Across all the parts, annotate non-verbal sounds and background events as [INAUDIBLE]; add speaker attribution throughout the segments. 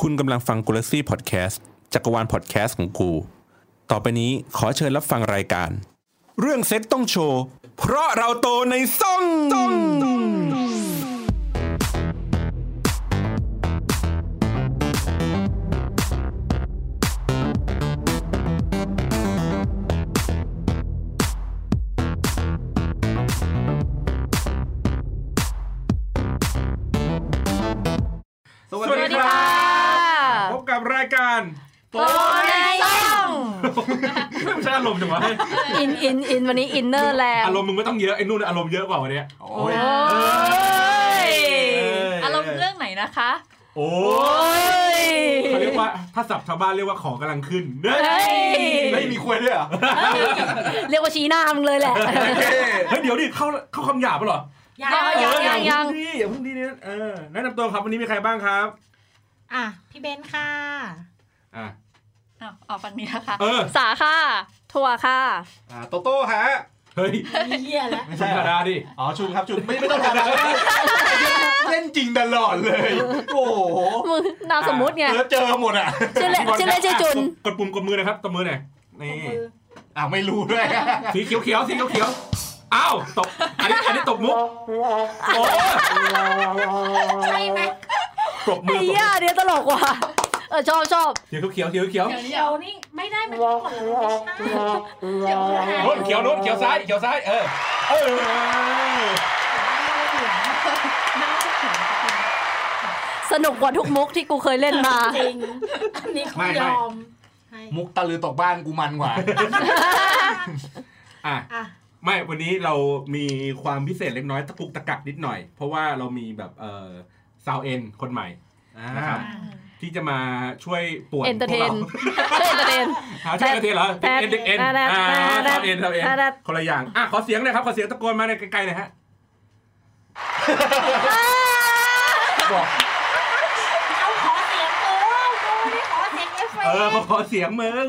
Speaker 1: คุณกำลังฟังกูลซี่พอดแคสต์จักรวาลพอดแคสต์ของกู ต่อไปนี้ขอเชิญรับฟังรายการ เรื่องเซ็ตต้องโชว์ เพราะเราโตในซ่อง
Speaker 2: สวัสดีครับพบกับรายการ
Speaker 3: โอ้ยต้อง
Speaker 2: ไม่ใช่อารมณ์จังวะ
Speaker 3: อินอินอินวันนี้อินเนอร์แรง
Speaker 2: อารมณ์มึงไม่ต้องเยอะไอ้นู่นอารมณ์เยอะกว่าวันเนี้ยโอ้ย
Speaker 3: โอ้ย
Speaker 4: อารมณ์เรื่องไหนนะคะ
Speaker 2: โอ้
Speaker 3: โอ้
Speaker 2: ย
Speaker 3: ย
Speaker 2: เขาเรียกว่าถ้าศัพท์ชาวบ้านเรียกว่าของกำลังขึ้นเฮ้ย
Speaker 3: เฮ้ย
Speaker 2: ไม่มีควยด้วยเหรอ
Speaker 3: เรียกว่าชี้หน้ามึงเลยแหละ
Speaker 2: เฮ้ยเดี๋ยวดิเข้าเข้าคำหยาบปะเหรอ
Speaker 4: ยัง
Speaker 3: ยัง
Speaker 2: เอออาเพิ่ดิอย่าเพิ่งดิเนี่ยเออแนะนำตัวครับวันนี้มีใครบ้างครับ
Speaker 5: อ่ะ พี่เบนซ์ค่ะ
Speaker 2: อ่ะ
Speaker 4: อ้าวออกฝั่งนี้นะคะ
Speaker 2: เออ
Speaker 3: สาค่ะ ทัวค่ะ
Speaker 6: อ่าโตโต้ฮะ
Speaker 2: เฮ้ย
Speaker 5: เฮียแล้ว
Speaker 2: ไม่ใช่ธรรมดาดิ
Speaker 6: อ๋อชุมครับชุมไม่ไม่ต้องทำอะไรเล่นจริงตลอดเลย โอ้โห
Speaker 3: มึงนามสมมุติไง
Speaker 6: เจอเจอหมดอ่ะ
Speaker 3: ชื่อเล่นชื่อเล่นชื่อจุน
Speaker 2: กดปุ่มกดมือหนะครับกดมือหน่อยนี่
Speaker 6: อ่าไม่รู้ด้วย
Speaker 5: [LAUGHS]
Speaker 2: สีเขียวเขียวๆสีเขียวเขียวๆอ้าวตบอันนี้อันนี้ตบมุกโอ้ย
Speaker 5: ใช่ไหม
Speaker 2: ปรบมือปร
Speaker 3: ไอ้
Speaker 2: บมือ
Speaker 3: ย่าเนี่ยตลกว่ะเออชอบชอบ
Speaker 2: เขียวเขียวเขียวเขียว
Speaker 4: เดี๋ยวนี้
Speaker 5: เดี๋ยวนี่ไม่ได้มันกดแล้วไม่ใช่เดี๋ยวเดี๋ยวเดี๋ยว
Speaker 2: โน้นเขียวโน้นเขียวซ้ายเขียวซ้ายเออเออ
Speaker 4: น่าจะถึง
Speaker 3: สนุกกว่าทุกมุกที่กูเคยเล่นมา
Speaker 5: จริงอันนี้คุยอมให้
Speaker 6: มุกตะลือตกบ้านกูมันกว่า
Speaker 2: อ่ะ
Speaker 5: อ่ะ
Speaker 2: ไม่วันนี้เรามีความพิเศษเล็กน้อยตะกุกตะกักนิดหน่อย เพราะว่าเรามีแบบเออซาวเอ็นคนใหม่นะครับ
Speaker 5: อ่า
Speaker 2: ที่จะมาช่วยป่วน
Speaker 3: เอนเตอร์
Speaker 2: พ
Speaker 3: เท
Speaker 2: วก
Speaker 3: น
Speaker 2: เรา
Speaker 3: ช่วยเอนเตอร์เทน
Speaker 2: หาช่วยเอนเตอร์เทนเหรอ
Speaker 3: แต่
Speaker 2: เอ็นเด็กเอ็น
Speaker 3: แต่
Speaker 2: อ่า
Speaker 3: แต่
Speaker 2: ซาวเอ็นซาวเอ็น
Speaker 3: แต่
Speaker 2: คนละอย่างอ่ะขอเสียงหน่อยครับขอเสียงตะโกนมาในอยไกลๆหน่อยฮะ
Speaker 6: บอก
Speaker 5: เอาขอเสียงกูกูไม่ขอเสียงเอฟเฟ
Speaker 2: เออก
Speaker 5: ต์
Speaker 2: ขอเสียงมึง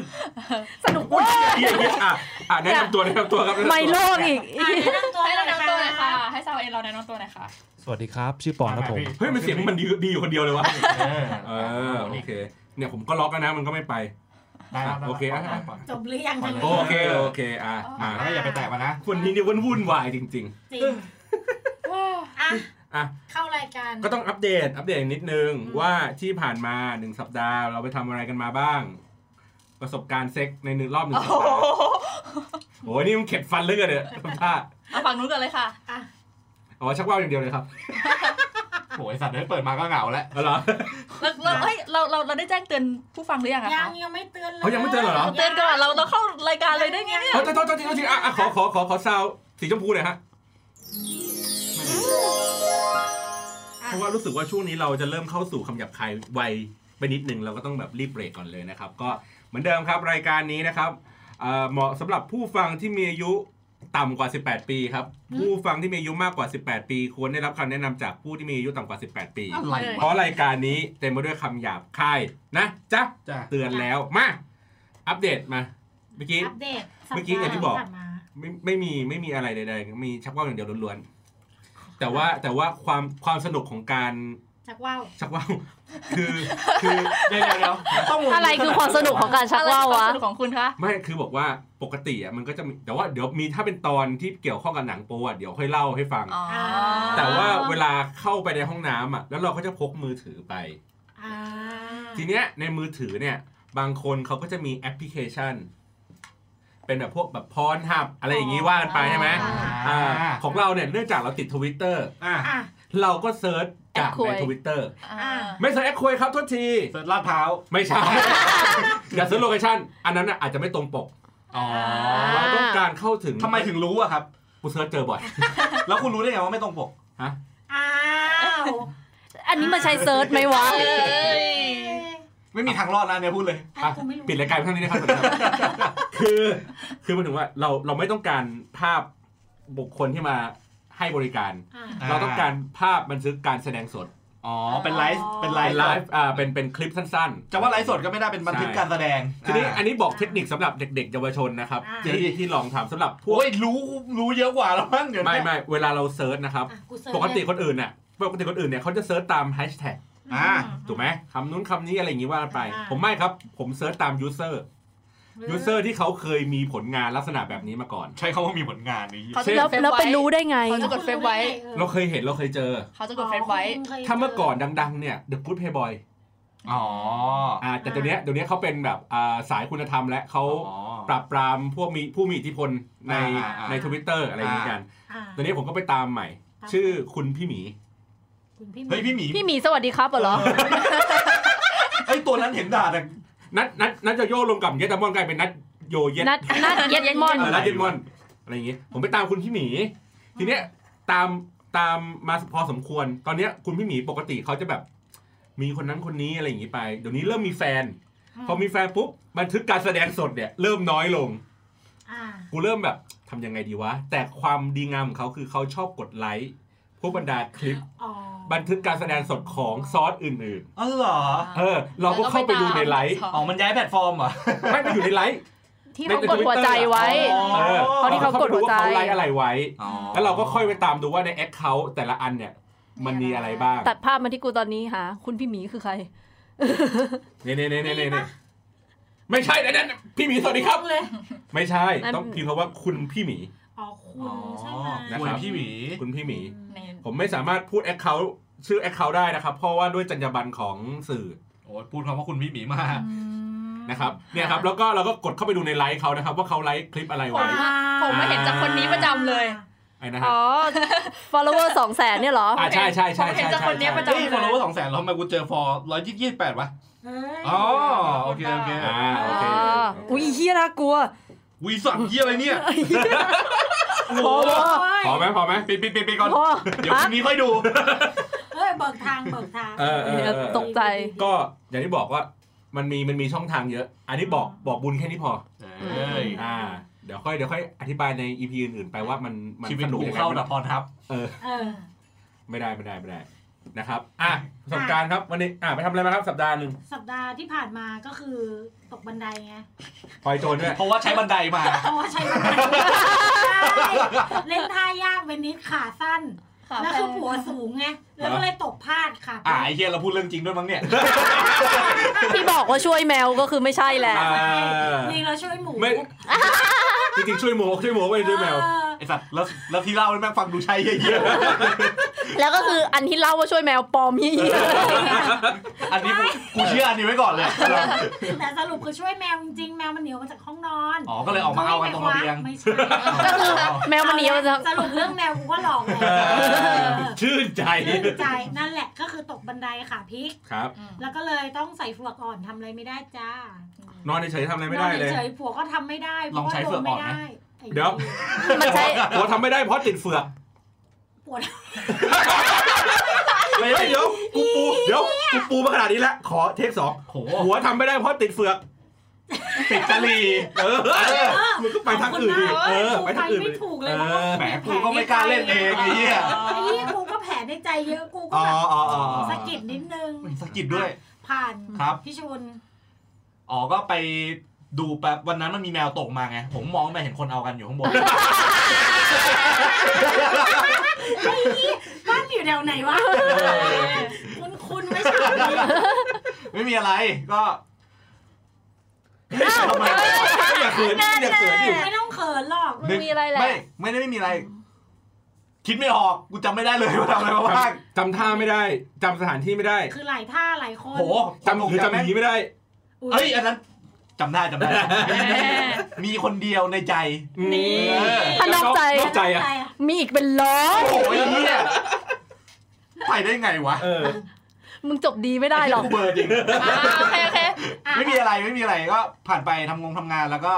Speaker 3: สนุกเว้ย
Speaker 2: เฮียเฮียอ่ะอ่ะแนะนำตัวแนะนำตัวครับแนะนำตัว
Speaker 3: ไม่โล่งอีก
Speaker 5: อ่ะแนะนำตัว
Speaker 4: ให้เราแนะนำตัวหน่อยค่ะ
Speaker 5: ค่ะ
Speaker 4: ให้สาวเอ็นเราแนะนำตัวหน่อยค่ะ
Speaker 7: สวัสดีครับ ชื่อปอนครับผม
Speaker 2: เฮ้ยมันเสียงมันดีดีอยู่คนเดียวเลยวะ
Speaker 6: เออ
Speaker 2: เออโอเคเนี่ยผมก็ล็อกแล้วนะมันก็ไม่ไป
Speaker 6: ได้รับ
Speaker 2: โอเคอ่ะ
Speaker 6: ได้รับ
Speaker 5: จบหรือยังทั้ง
Speaker 2: โอ
Speaker 5: นี้
Speaker 2: เคโอเคอ่ะอ่ะ
Speaker 6: แล้วอย่าไปแตะมันนะ
Speaker 2: คนนี้เนี่ยวุ่นวุ่นวายจริง
Speaker 5: จริงอ่ะ
Speaker 2: ๆอ่ะ
Speaker 5: เข้ารายการ
Speaker 2: ก็ต้องอัปเดตอัปเดตนิดนึงว่าที่ผ่านมาหนึ่งสัปดาห์เราไปทำอะไรกันมาบ้าง ประสบการณ์เซ็กในหนึ่งรอบหนึ่งสัปดาห์โอ้ยนี่มันเข็ดฟันเหลยเนี่ยทำท่า
Speaker 4: เอาฝั่งนู้นก่อนเลยค่ะ
Speaker 5: อ่ะ
Speaker 2: อ๋อชักว่าวอย่างเดียวเลยครับ
Speaker 6: โอ้ยสัตว์เอ้ยเปิดมาก็เหงาแล้ว
Speaker 2: เอาเหรอ
Speaker 4: เราเราเฮ้ยเราเราเราได้แจ้งเตือนผู้ฟังหรือยังอะ
Speaker 5: ยั
Speaker 4: คะ
Speaker 5: งยังไม่เตือนเลย
Speaker 2: เขายังไม่เตือนเหรอ
Speaker 4: เตือนก่อนเราเราเข้ารายการเลยได้ไงเนี่
Speaker 2: [LAUGHS]
Speaker 4: ย
Speaker 2: โทษโทษโทษทีโทษทีอ่ะอ่ะขอขอขอขอซาวสีชมพูหน่อยฮะเพราะว่ารู้สึกว่าช่วงนี้เราจะเริ่มเข้าสู่คำหยาบคายไวไปนิดนึงเราก็ต้องแบบรีบเบรกก่อนเลยนะครับ ก็เหมือนเดิมครับรายการนี้นะครับเอ่อเหมาะสำหรับผู้ฟังที่มีอายุต่ำกว่า 18 ปีครับ ผู้ฟังที่มีอายุมากกว่า 18 ปี ควรได้รับคำแนะนำจากผู้ที่มีอายุต่ำกว่า 18 ปี
Speaker 6: อะไร
Speaker 2: เพ
Speaker 6: วะ
Speaker 2: ราะรายการนี้เต็มไปด้วยคำหยาบคายนะจ๊ะ
Speaker 6: จ้ะ
Speaker 2: เตือนแล้วมาอัปเดตมาเมื่อกี้
Speaker 5: อัปเดตสัปดาห์
Speaker 2: เมื่อกี้อย่างที่บอก
Speaker 5: ผ่นมา
Speaker 2: ไม่ไม่มีไม่มีอะไรใดๆ มีชักว่าวอย่างเดียวล้วนๆ แต่ว่าแต่ว่าความความสนุกของการ [LAUGHS]
Speaker 5: จักว่าว
Speaker 2: ชักว่าวคือคือ
Speaker 6: เดี๋ยวเดี๋ยวเดี๋ยวต้อง
Speaker 3: อะไรคือความสนุกของการชักว่าว
Speaker 4: อะไร
Speaker 3: วะ
Speaker 4: คือคมสนุกของคุณคะ
Speaker 2: ไม่คือบอกว่าปกติอ่ะมันก็จะมีแต่ว่าเดี๋ยวมีถ้าเป็นตอนที่เกี่ยวข้องกับหนังโปอ่ะเดี๋ยวค่อยเล่าให้ฟัง
Speaker 4: อ๋อ
Speaker 2: แต่ว่าเวลาเข้าไปในห้องน้ำอ่ะแล้วเราก็จะพกมือถือไป
Speaker 5: อ่า
Speaker 2: ทีเนี้ยในมือถือเนี่ยบางคนเขาก็จะมีแอปพลิเคชัน เป็นแบบพวกแบบพรหับอะไรอย่างงี้ว่ากันไปใช่ไหม
Speaker 6: อ่า
Speaker 2: อ่าของเราเนี่ยเนื่องจากเราติดทวิตเตอร์
Speaker 6: อ่ะ
Speaker 5: อ่ะ
Speaker 2: เราก็เซิร์ชจาก
Speaker 3: แอปคุ
Speaker 2: ใน
Speaker 3: ย
Speaker 2: ทวิตเตอร์
Speaker 4: อ่า
Speaker 2: ไม่ใช่แอคควยครับโทษที
Speaker 6: เสิร์ชลาดพร้าว
Speaker 2: ไม่ใช่ อย่าซื้อโลเคชั่น อันนั้นน่ะอาจจะไม่ตรงปก
Speaker 6: อ๋อ
Speaker 2: เราต้องการเข้าถึง
Speaker 6: ทำไมถึงรู้อะครับ
Speaker 2: กูเซิร์ชเจอบ่อย
Speaker 6: แล้วคุณรู้ได้ไงว่าไม่ตรงปก
Speaker 2: ฮะ
Speaker 5: อ้าว
Speaker 3: อันนี้มันใช้เซิร์ชไหมวะ
Speaker 4: เอ้ย
Speaker 6: ไม่มีทางรอดนะเนี่ยพูดเลย
Speaker 5: ไอ้กูไม่รู้
Speaker 2: ปิดรายการเท่านี้นะครับ [LAUGHS] คือ คือหมันถึงว่าเราเราไม่ต้องการภาพบุคคลที่มาให้บริการ
Speaker 5: อ่ะ
Speaker 6: อ่า
Speaker 2: เราต้องการภาพบันทึกการแสดงสด
Speaker 6: อ๋อ เป็นไลฟ์ เป็นไล
Speaker 2: เป็น
Speaker 6: ฟ์
Speaker 2: ไลฟ์อ่าเป็นเป็นคลิปสั้นๆ
Speaker 6: จะว่าไลฟ์สดก็ไม่ได้เป็นบันทึกการแสดง
Speaker 2: ทีนี้อันนี้บอก
Speaker 5: อ่า
Speaker 2: เทคนิคสำหรับเด็กๆเยาวชนนะครับ
Speaker 5: อ่า
Speaker 2: ที่ที่ลองทำสำหรับพวก
Speaker 6: โอ้ยรู้รู้เยอะกว่าแล้วมั้งเดี๋ยวนะ
Speaker 2: ไม่ไม่เวลาเราเซิร์ชนะครับ
Speaker 5: อ่ะกูเซิร์ช
Speaker 2: ปกติ
Speaker 5: เลย
Speaker 2: คนอื่นเนี่ยปกติคนอื่นเนี่ยเขาจะเซิร์ชตามแฮชแท็ก อ่าถูกไหมคำนู้นคำนี้อะไรอย่างงี้ว่าไป
Speaker 5: อ่า
Speaker 2: ผมไม่ครับ ผมเซิร์ชตามยูเซอร์ยูเซอร์ที่เขาเคยมีผลงานลักษณะแบบนี้มาก่อน
Speaker 6: ใช้คำว่ามีผลงานนี้
Speaker 4: เขาจะ
Speaker 3: แล้ว
Speaker 4: กดเฟซ
Speaker 3: แล้วไป
Speaker 4: ว้
Speaker 3: รู้ได้ไง
Speaker 4: เขาจะกดเฟซไว้
Speaker 2: เราเคยเห็นเราเคยเจอ
Speaker 4: เขาจะกดเฟซไว้
Speaker 2: ถ้าเมื่อก่อนดัง ๆ เนี่ย The Good Playboy
Speaker 6: อ๋อ
Speaker 2: อ่าแต่ตัวเนี้ยตัวเนี้ยเขาเป็นแบบอ่าสายคุณธรรมและเขา
Speaker 6: อ๋อ
Speaker 2: ปราบปรามพวกมีผู้มีอิทธิพลใน
Speaker 6: อ่าอ่า
Speaker 2: ในทวิตเตอร์อะไรอย่างงี้กัน
Speaker 5: อ่า
Speaker 2: ตอนนี้ผมก็ไปตามใหม่
Speaker 5: ตาม
Speaker 2: ชื่อคุณพี่หมี
Speaker 5: คุณพี่
Speaker 6: เฮ้ยพี่หมี
Speaker 3: พี่หมีสวัสดีครับเหรอ
Speaker 6: ไอยตัวนั้นเห็นด่าแต่
Speaker 2: นัดนัดนัดจะโยรวมกับเยดามอนกลายเป็นนัดโยเย็ด
Speaker 3: นัดนัดเย็ดมอน
Speaker 2: เออนัดเย็ดมอนอะไรอย่างงี้ผมไปตามคุณพี่หมี ทีเนี้ยตามตามมาพอสมควร ตอนเนี้ยคุณพี่หมีปกติเขาจะแบบ มีคนนั้นคนนี้อะไรอย่างงี้ไปเดี๋ยวนี้เริ่มมีแฟน พอมีแฟนปุ๊บบันทึกการแสดงสดเนี่ยเริ่มน้อยลง
Speaker 5: อ่า
Speaker 2: กูเริ่มแบบทำยังไงดีวะ แต่ความดีงามของเขาคือเขาชอบกดไลค์พวกบรรดาคลิป
Speaker 5: อ๋อ
Speaker 2: บันทึกการแสดงสดของซอสอื่น
Speaker 6: อ๋อเหรอ
Speaker 2: ๆ เออ เราก็เข้าไปดูในไลฟ์
Speaker 6: อ๋อมันย้ายแพลตฟอร์มเหรอ
Speaker 2: ไม่ไปอยู่ในไลฟ์
Speaker 3: ที่เขากดหัวใจไว้
Speaker 6: อ๋อ
Speaker 2: เออ
Speaker 3: เพราะที่เขากดหัวใจ
Speaker 2: เรเข้าไปดูาเขาไลค์อะไรไว้
Speaker 6: อ๋อ
Speaker 2: แล้วเราก็ค่อยไปตามดูว่าในแอคเคาท์แต่ละอันเนี่ย มันมีอะไรบ้าง
Speaker 3: ตัดภาพมาที่กูตอนนี้ค่ะ คุณพี่หมีคือใคร
Speaker 2: เนี่ยเนี่ยเนี่ยเนี่ยเนี่ยไม่ใช่นะนั่นพี่หมีสวัสดีครับ
Speaker 5: เลย
Speaker 2: ไม่ใช่
Speaker 3: นั่น
Speaker 2: ต้องพิมพ์คำว่าคุณพี่หมี
Speaker 5: อ๋อคุณใช่ไหม
Speaker 2: นะ
Speaker 6: ค
Speaker 2: ครับ
Speaker 6: พี่หมี
Speaker 2: คุณพี่หมี
Speaker 4: ใน
Speaker 2: ผมไม่สามารถพูดแอคเคาท์ชื่อแอคเคาท์ได้นะครับ เพราะว่าด้วยจรรยาบรรณของสื่อ
Speaker 6: โอ้ยพูดคำว่าคุณพี่หมีมาก
Speaker 2: นะครับเนี่ยครับแล้วก็เราก็กดเข้าไปดูในไลฟ์เขานะครับ ว่าเขาไลฟ์คลิปอะไร
Speaker 4: ผม
Speaker 2: ไว้
Speaker 4: อะผมมาเห็นจากคนนี้ประจำเลย
Speaker 2: ไอ้นะฮะ
Speaker 3: อ๋อ follower สองแสนเนี่ยเหรอ
Speaker 2: อ่าใช่ใช่ใช่
Speaker 4: ผมเห็
Speaker 2: ใช่
Speaker 4: นจาก
Speaker 2: ใช่
Speaker 4: คนเนี้ยประจำ
Speaker 2: ใช่
Speaker 6: เฮ้ยฟอลโลเวอร์สองแสนแล้วทำไมกูเจอฟอร์ร้อยยี่สิบแปดวะ
Speaker 5: เฮ้ย
Speaker 6: อ๋อโอเคโอเค
Speaker 2: อ่าโอ
Speaker 3: อ๋
Speaker 2: เค
Speaker 3: อ อุ้ยเฮียน่ากลัว
Speaker 6: วีสั่งเยี่ยอะไรเนี่ยโอ้โห
Speaker 2: พอไหมพอไหม
Speaker 6: ปิดปิดปิดปิดก่อน
Speaker 3: พ่อ
Speaker 6: เดี๋ยว
Speaker 3: ฮะ
Speaker 6: พรุ่งนี้ค่อยดู
Speaker 5: เฮ้ยเบิกทางเบิกทาง
Speaker 2: เออเออเออ
Speaker 3: ตกใจ
Speaker 2: ก็อย่างที่บอกว่ามันมีมันมีช่องทางเยอะ อันนี้บอกบอกบุญแค่นี้พอ
Speaker 6: เอ้ย
Speaker 2: อ่าเดี๋ยวค่อยเดี๋ยวค่อยอธิบายในอีพีอื่นๆไปว่ามันมัน
Speaker 6: ชีวิต
Speaker 2: สนุก
Speaker 6: กู
Speaker 2: ยังไง
Speaker 6: เข้า
Speaker 2: มัน
Speaker 6: ดับพรทับ
Speaker 2: เออ
Speaker 5: เออ
Speaker 2: ไม่ได้ไม่ได้ไม่ได้นะครับอ่ะประสบการณ์ครับวันนี้อ่ะไปทำอะไรมาครับสัปดาห์หนึ่ง
Speaker 5: สัปดาห์ที่ผ่านมาก็คือตกบันไดไง
Speaker 2: พลอยโจร [LAUGHS] ด้วย
Speaker 6: เพราะว่าใช้บันไดมา
Speaker 5: เพราะว่าใช้บันได
Speaker 4: [LAUGHS]
Speaker 5: เล่นท่ายากเวนิสขาสั้น แล้วคือผัวสูงไง แล้วก็เลยตกพลาดค่ะ
Speaker 6: อ่าไอ้เฮียเราพูดเรื่องจริงด้วยมั้งเนี่ย
Speaker 3: ที่บอกว่าช่วยแมวก็คือไม่ใช่แหละ
Speaker 2: อ่า
Speaker 5: นี่เราช่วยหมู
Speaker 2: ไม่จริงๆช่วยหมูช่วยหมูไม่ได้ช่วยแมว
Speaker 5: เออ
Speaker 6: ไอ้สัตว์แล้วแล้วที่เล่านี่แม่งฟังดูใช่เยอะ
Speaker 3: แล้วก็คืออันที่เล่าว่าช่วยแมวปลอมเฮีย
Speaker 5: [LAUGHS]
Speaker 6: ๆอันนี้กูกูเชื่ออันนี้ไว้ก่อนเลย
Speaker 5: แต่สรุปคือช่วยแมวจริงๆแมวมันเหนียวมาจากห้องนอน
Speaker 6: อ๋อ ก็เลยออกมาเอากันตรงระเบียง
Speaker 5: ไม่ใช่
Speaker 3: ก็คือแมวมันหนีมาจาก
Speaker 5: สรุปเรื่องแมวกูก็หลอกเลย
Speaker 2: ชื่นใจ
Speaker 5: ชื่นใจนั่นแหละก็คือตกบันไดค่ะพลิก
Speaker 2: ครับ
Speaker 5: แล้วก็เลยต้องใส่เฟือกอ่อนทำอะไรไม่ได้จ้าน
Speaker 2: อนเฉยๆทำอะไรไม่ได้เลย
Speaker 5: นอนเฉยๆผัวก็ทำไม่ได้
Speaker 6: ลองใช้เฟือกอ่อนไหม
Speaker 5: พราะาโนไม่ไ
Speaker 2: เดี๋ยว
Speaker 3: มันใช้
Speaker 2: หัวทำไม่ได้เพราะติดเฟือก
Speaker 5: ปวด
Speaker 6: [LAUGHS]
Speaker 2: เฮ้ยเดี๋ยวกูปูเดี๋ยวกูปูมาขนาดนี้แล้วขอเทคสอง
Speaker 6: โห
Speaker 2: หัวทำไม่ได้เพราะติดเฟือก
Speaker 6: ติดจรี
Speaker 2: เออมึงก็ไปทางอื่นดิเออ
Speaker 5: ขอบคุณมาก
Speaker 2: ไปทางอื่น
Speaker 5: ไปไม่ถูกเลยนะ
Speaker 2: ออ
Speaker 6: แหมกูก็ไม่กล้าเล่นเองไอ้เหี้ย
Speaker 5: ไอ้นี่กูก็แผลในใจเยอะกูก็
Speaker 6: อ๋อ
Speaker 5: แบบ
Speaker 6: อ๋ออ๋อ
Speaker 5: สะกิดนิดนึง
Speaker 6: มันสะกิดด้วย
Speaker 5: ผ่าน
Speaker 6: ครับ
Speaker 5: พี่ชุน
Speaker 6: อ๋อ ก็ไปดูแป๊บวันนั้นมันมีแมวตกมาไง ผมมองไปเห็นคนเอากันอยู่
Speaker 5: [LAUGHS]
Speaker 6: ข้างบน
Speaker 5: บ้านอยู่แถวไหนวะคุณคุณไม่ใช่
Speaker 6: ไม่มีอะไรก็
Speaker 2: ทำไมอย่าเขินอย่าเขินดิ
Speaker 5: ไม่ต้องเขินหรอก
Speaker 3: มันมีอะไรแหละ
Speaker 6: ไม่ไม่ได้ไม่มีอะไร คิดไม่ออก กูจำไม่ได้เลยว่าทำอะไรมาบ้าง
Speaker 2: จำท่าไม่ได้จำสถานที่ไม่ได้
Speaker 5: คือหลายท่าหลายคน
Speaker 6: โห
Speaker 2: จำหรือจำผีไม่ได้
Speaker 5: อุ๊
Speaker 6: เอ้ย อันนั้นจำได้จำได้
Speaker 5: แหม่
Speaker 6: มีคนเดียวในใจ
Speaker 2: นี่
Speaker 3: พนอกใจ
Speaker 2: นอกใจอ่ะ
Speaker 3: มีอีกเป็นร้อย
Speaker 6: โอ้ยเนี่ยไปได้ไงวะ
Speaker 2: เออ
Speaker 3: มึงจบดีไม่ได้หรอก
Speaker 6: กูเบอร์จริง
Speaker 4: อ่าโอเคโอเค
Speaker 5: อ่ะ
Speaker 6: ไม่มีอะไรไม่มีอะไรก็ผ่านไปทำงงทำงานแล้วก็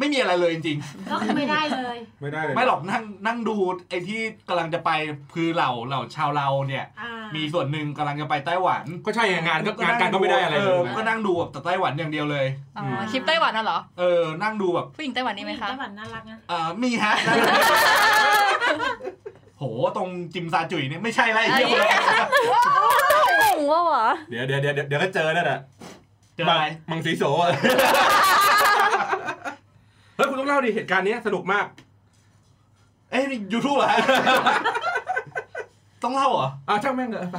Speaker 6: ไม่มีอะไรเลยจริง
Speaker 5: ก็คือไม่ได้เลย
Speaker 2: ไม่ได้เลย
Speaker 6: ๆไม่หรอกนั่งนั่งดูไอ้ที่กำลังจะไปคือเหล่าเหล่าชาวเราเนี่ย
Speaker 5: อ่า
Speaker 6: มีส่วนหนึ่งกำลังจะไปไต้หวัน
Speaker 2: ก็ใช่ไงงานก็งานการก็ไม่ได้อะไร
Speaker 6: เอ
Speaker 2: เลย
Speaker 6: อ
Speaker 2: นะ
Speaker 6: ก็นั่งดูแบบแต่ไต้หวันอย่างเดียวเลย
Speaker 4: อ๋อคลิปไต้หวันน่ะเหรอ
Speaker 6: เออ นั่งดูแบบ
Speaker 4: ผู้หญิงไต้หวันนี่ไหมคะ
Speaker 5: ไต้หวันน่ารักนะ
Speaker 6: เออมีฮะ [LAUGHS] โหตรงจิมซาจุยเนี่ยไม่ใช่ไรเหี้ย
Speaker 4: เอ้ย
Speaker 3: งงว่าวะ
Speaker 2: เดี๋ยวเดี๋ยวเดี๋ยวเดี๋ยวก็เจอนั่นแหละ
Speaker 6: เจออะไร
Speaker 2: มังสีโสอะ เฮ้ยคุณต้องเล่าดิเหตุการณ์เนี้ยสนุกมาก
Speaker 6: เอ้ยยูทูบเหรอฮะ ต้องเล่าเหรอ
Speaker 7: อ่ะช่างแม่งเถอะไป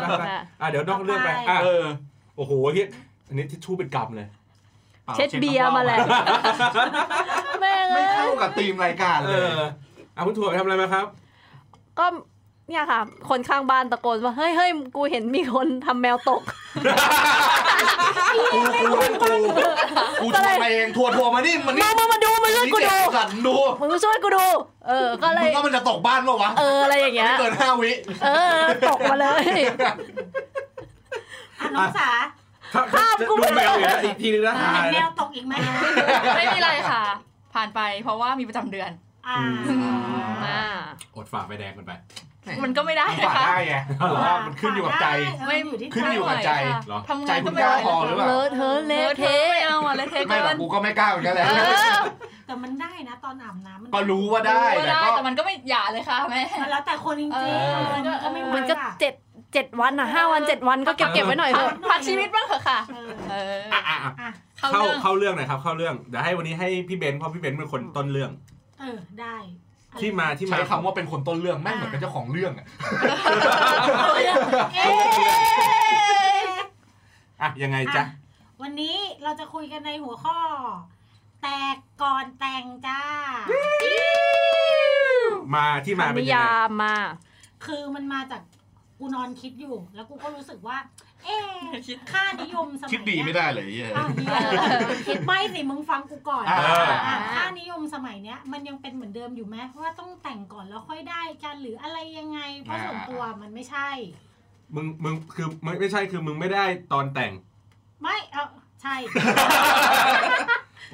Speaker 5: เออไป
Speaker 7: ไปไปอ่ะเดี๋ยวนอกเรื่องไปอ่ะ
Speaker 6: เออ
Speaker 7: โอ้โหเฮียอันนี้ทิชชู่เป็นกำเลย
Speaker 6: ปล่า
Speaker 3: เช็ดเบียร์มาแหละแม่ง
Speaker 6: ไม่
Speaker 3: เอ้
Speaker 6: เข้ายกับธีมรายการ
Speaker 7: เอ
Speaker 6: เลย
Speaker 7: ออ่ะคุณถั่วไปทำอะไรมาครับ
Speaker 3: ก็เนี่ยค่ะ คนข้างบ้านตะโกนว่าเฮ้ยเฮ้ยกูเห็นมีคนทำแมวตก
Speaker 6: กูกูเป็นกูกูชวนมาเองทัวร์ทัวร์มานี่มัน
Speaker 3: มึ
Speaker 6: นี่
Speaker 3: งมึงมาดูมาช่วยกู
Speaker 6: นี่เจ็
Speaker 3: ดู
Speaker 6: บสันดู
Speaker 3: มึงมาช่วยกูดู เออ ก็เล
Speaker 6: มึ
Speaker 3: ย
Speaker 6: งว่ามันจะตกบ้านเปล่าวะ
Speaker 3: เอออะไรอย่างเงี้ย
Speaker 6: ไม่เกินห้าวิ
Speaker 3: เออ ตกมาเลย
Speaker 5: อ่ะน้องสา
Speaker 7: ถ้าถ้าจะดูแมวอย่างเงี้ยอีกทีนึงนะหา
Speaker 5: เห็น
Speaker 7: ย
Speaker 5: แม
Speaker 7: นะ
Speaker 5: วตกอีกไหม
Speaker 4: ไม่มีอะไรค่ะ ผ่านไปเพราะว่ามีประจำเดือน
Speaker 5: อ่า
Speaker 3: อ่า
Speaker 7: อดฝากไปแดงกันไป
Speaker 4: มันก็ไม่ได้
Speaker 6: มั
Speaker 4: นะ
Speaker 6: นฝ่า
Speaker 4: คะ
Speaker 6: ได้ไงเพราะว่ามันขึ้นอยู่กับใจ
Speaker 5: ไม่อยู่ที่
Speaker 6: ขึ้นอยู่กับใจ
Speaker 7: เหรอ
Speaker 4: ทำ
Speaker 6: ใจ
Speaker 4: งาน
Speaker 6: คุ
Speaker 4: ก็
Speaker 6: ณ
Speaker 4: ไม่
Speaker 6: กล้า
Speaker 4: ได้
Speaker 6: พอหรือเปล่า
Speaker 3: เลิศเทอะ
Speaker 4: เล
Speaker 3: เละ
Speaker 4: อะเท
Speaker 3: เทะ
Speaker 4: ไม่เอาอ่ะเลอะเทะ
Speaker 6: ไม่
Speaker 4: เกิ
Speaker 6: หรอก
Speaker 4: น
Speaker 6: กูก็ไม่กล้าเหมือนกันแหละ
Speaker 3: เออ
Speaker 5: แต่มันได้นะตอนอาบน้ำมัน
Speaker 6: ก็รู้ว่าได้
Speaker 4: รู้ว่า
Speaker 6: แต่
Speaker 4: ได้
Speaker 6: ก็
Speaker 4: แต่มันก็ไม่หย่าเลยค่ะแม่
Speaker 5: มันแล้วแต่คนจริง
Speaker 4: เอ
Speaker 5: ๆ
Speaker 4: อ
Speaker 5: มันก็ไม่ไหว
Speaker 3: มันก็
Speaker 5: อ่ะ
Speaker 3: เจ็ดเจ็ดวันอ่ะห้าวันเจ็ดวันก็เก็บเก็บไว้หน่อยเถอะ
Speaker 4: พักชีวิตบ้างเถอะค่ะ
Speaker 5: เออ
Speaker 4: เออ
Speaker 7: อ่ะอ่ะอ่ะ
Speaker 5: อ่ะ
Speaker 4: เข้า
Speaker 7: เข้า
Speaker 4: เรื่อง
Speaker 7: เข้าเรื่องหน่อยครับ เข้าเรื่องเดี๋ยวให้วันนี้ให้พี่เบนซ์เพราะพี่เบนซ์เป็นคนต้นเรื่อง
Speaker 5: เออได้
Speaker 7: ที่มาที่มา
Speaker 6: ใช้คำว่าเป็นคนต้นเรื่องแม่งเหมือนเป็นเจ้าของเรื่องอะ
Speaker 5: เอ๊ะ
Speaker 7: อ่ะยังไงจ๊ะ
Speaker 5: อ่ะวันนี้เราจะคุยกันในหัวข้อ แตกก่อนแต่งจ้า
Speaker 7: มาที่มาเป็น
Speaker 3: นิ
Speaker 7: ยังไง
Speaker 3: ยามมา
Speaker 5: คือมันมาจากกูนอนคิดอยู่ แล้วกูก็รู้สึกว่า เอ๊ะค่านิยมสมัย
Speaker 6: คิดดี
Speaker 5: เนี้ย
Speaker 6: ไม่ได้เลยไอ้เหี้ย
Speaker 5: อ้าวเหี้ยคิดไม่สิมึงฟังกูก่อน
Speaker 6: อ่า
Speaker 5: อ่ะค่านิยมสมัยเนี้ย มันยังเป็นเหมือนเดิมอยู่ไหมว่าต้องแต่งก่อนแล้วค่อยได้กันหรืออะไรยังไง เพราะส่วนตัวมันไม่ใช่
Speaker 7: มึงมึงคือมึงไม่ใช่คือมึงไม่ได้ตอนแต่ง
Speaker 5: ไม่เออใช่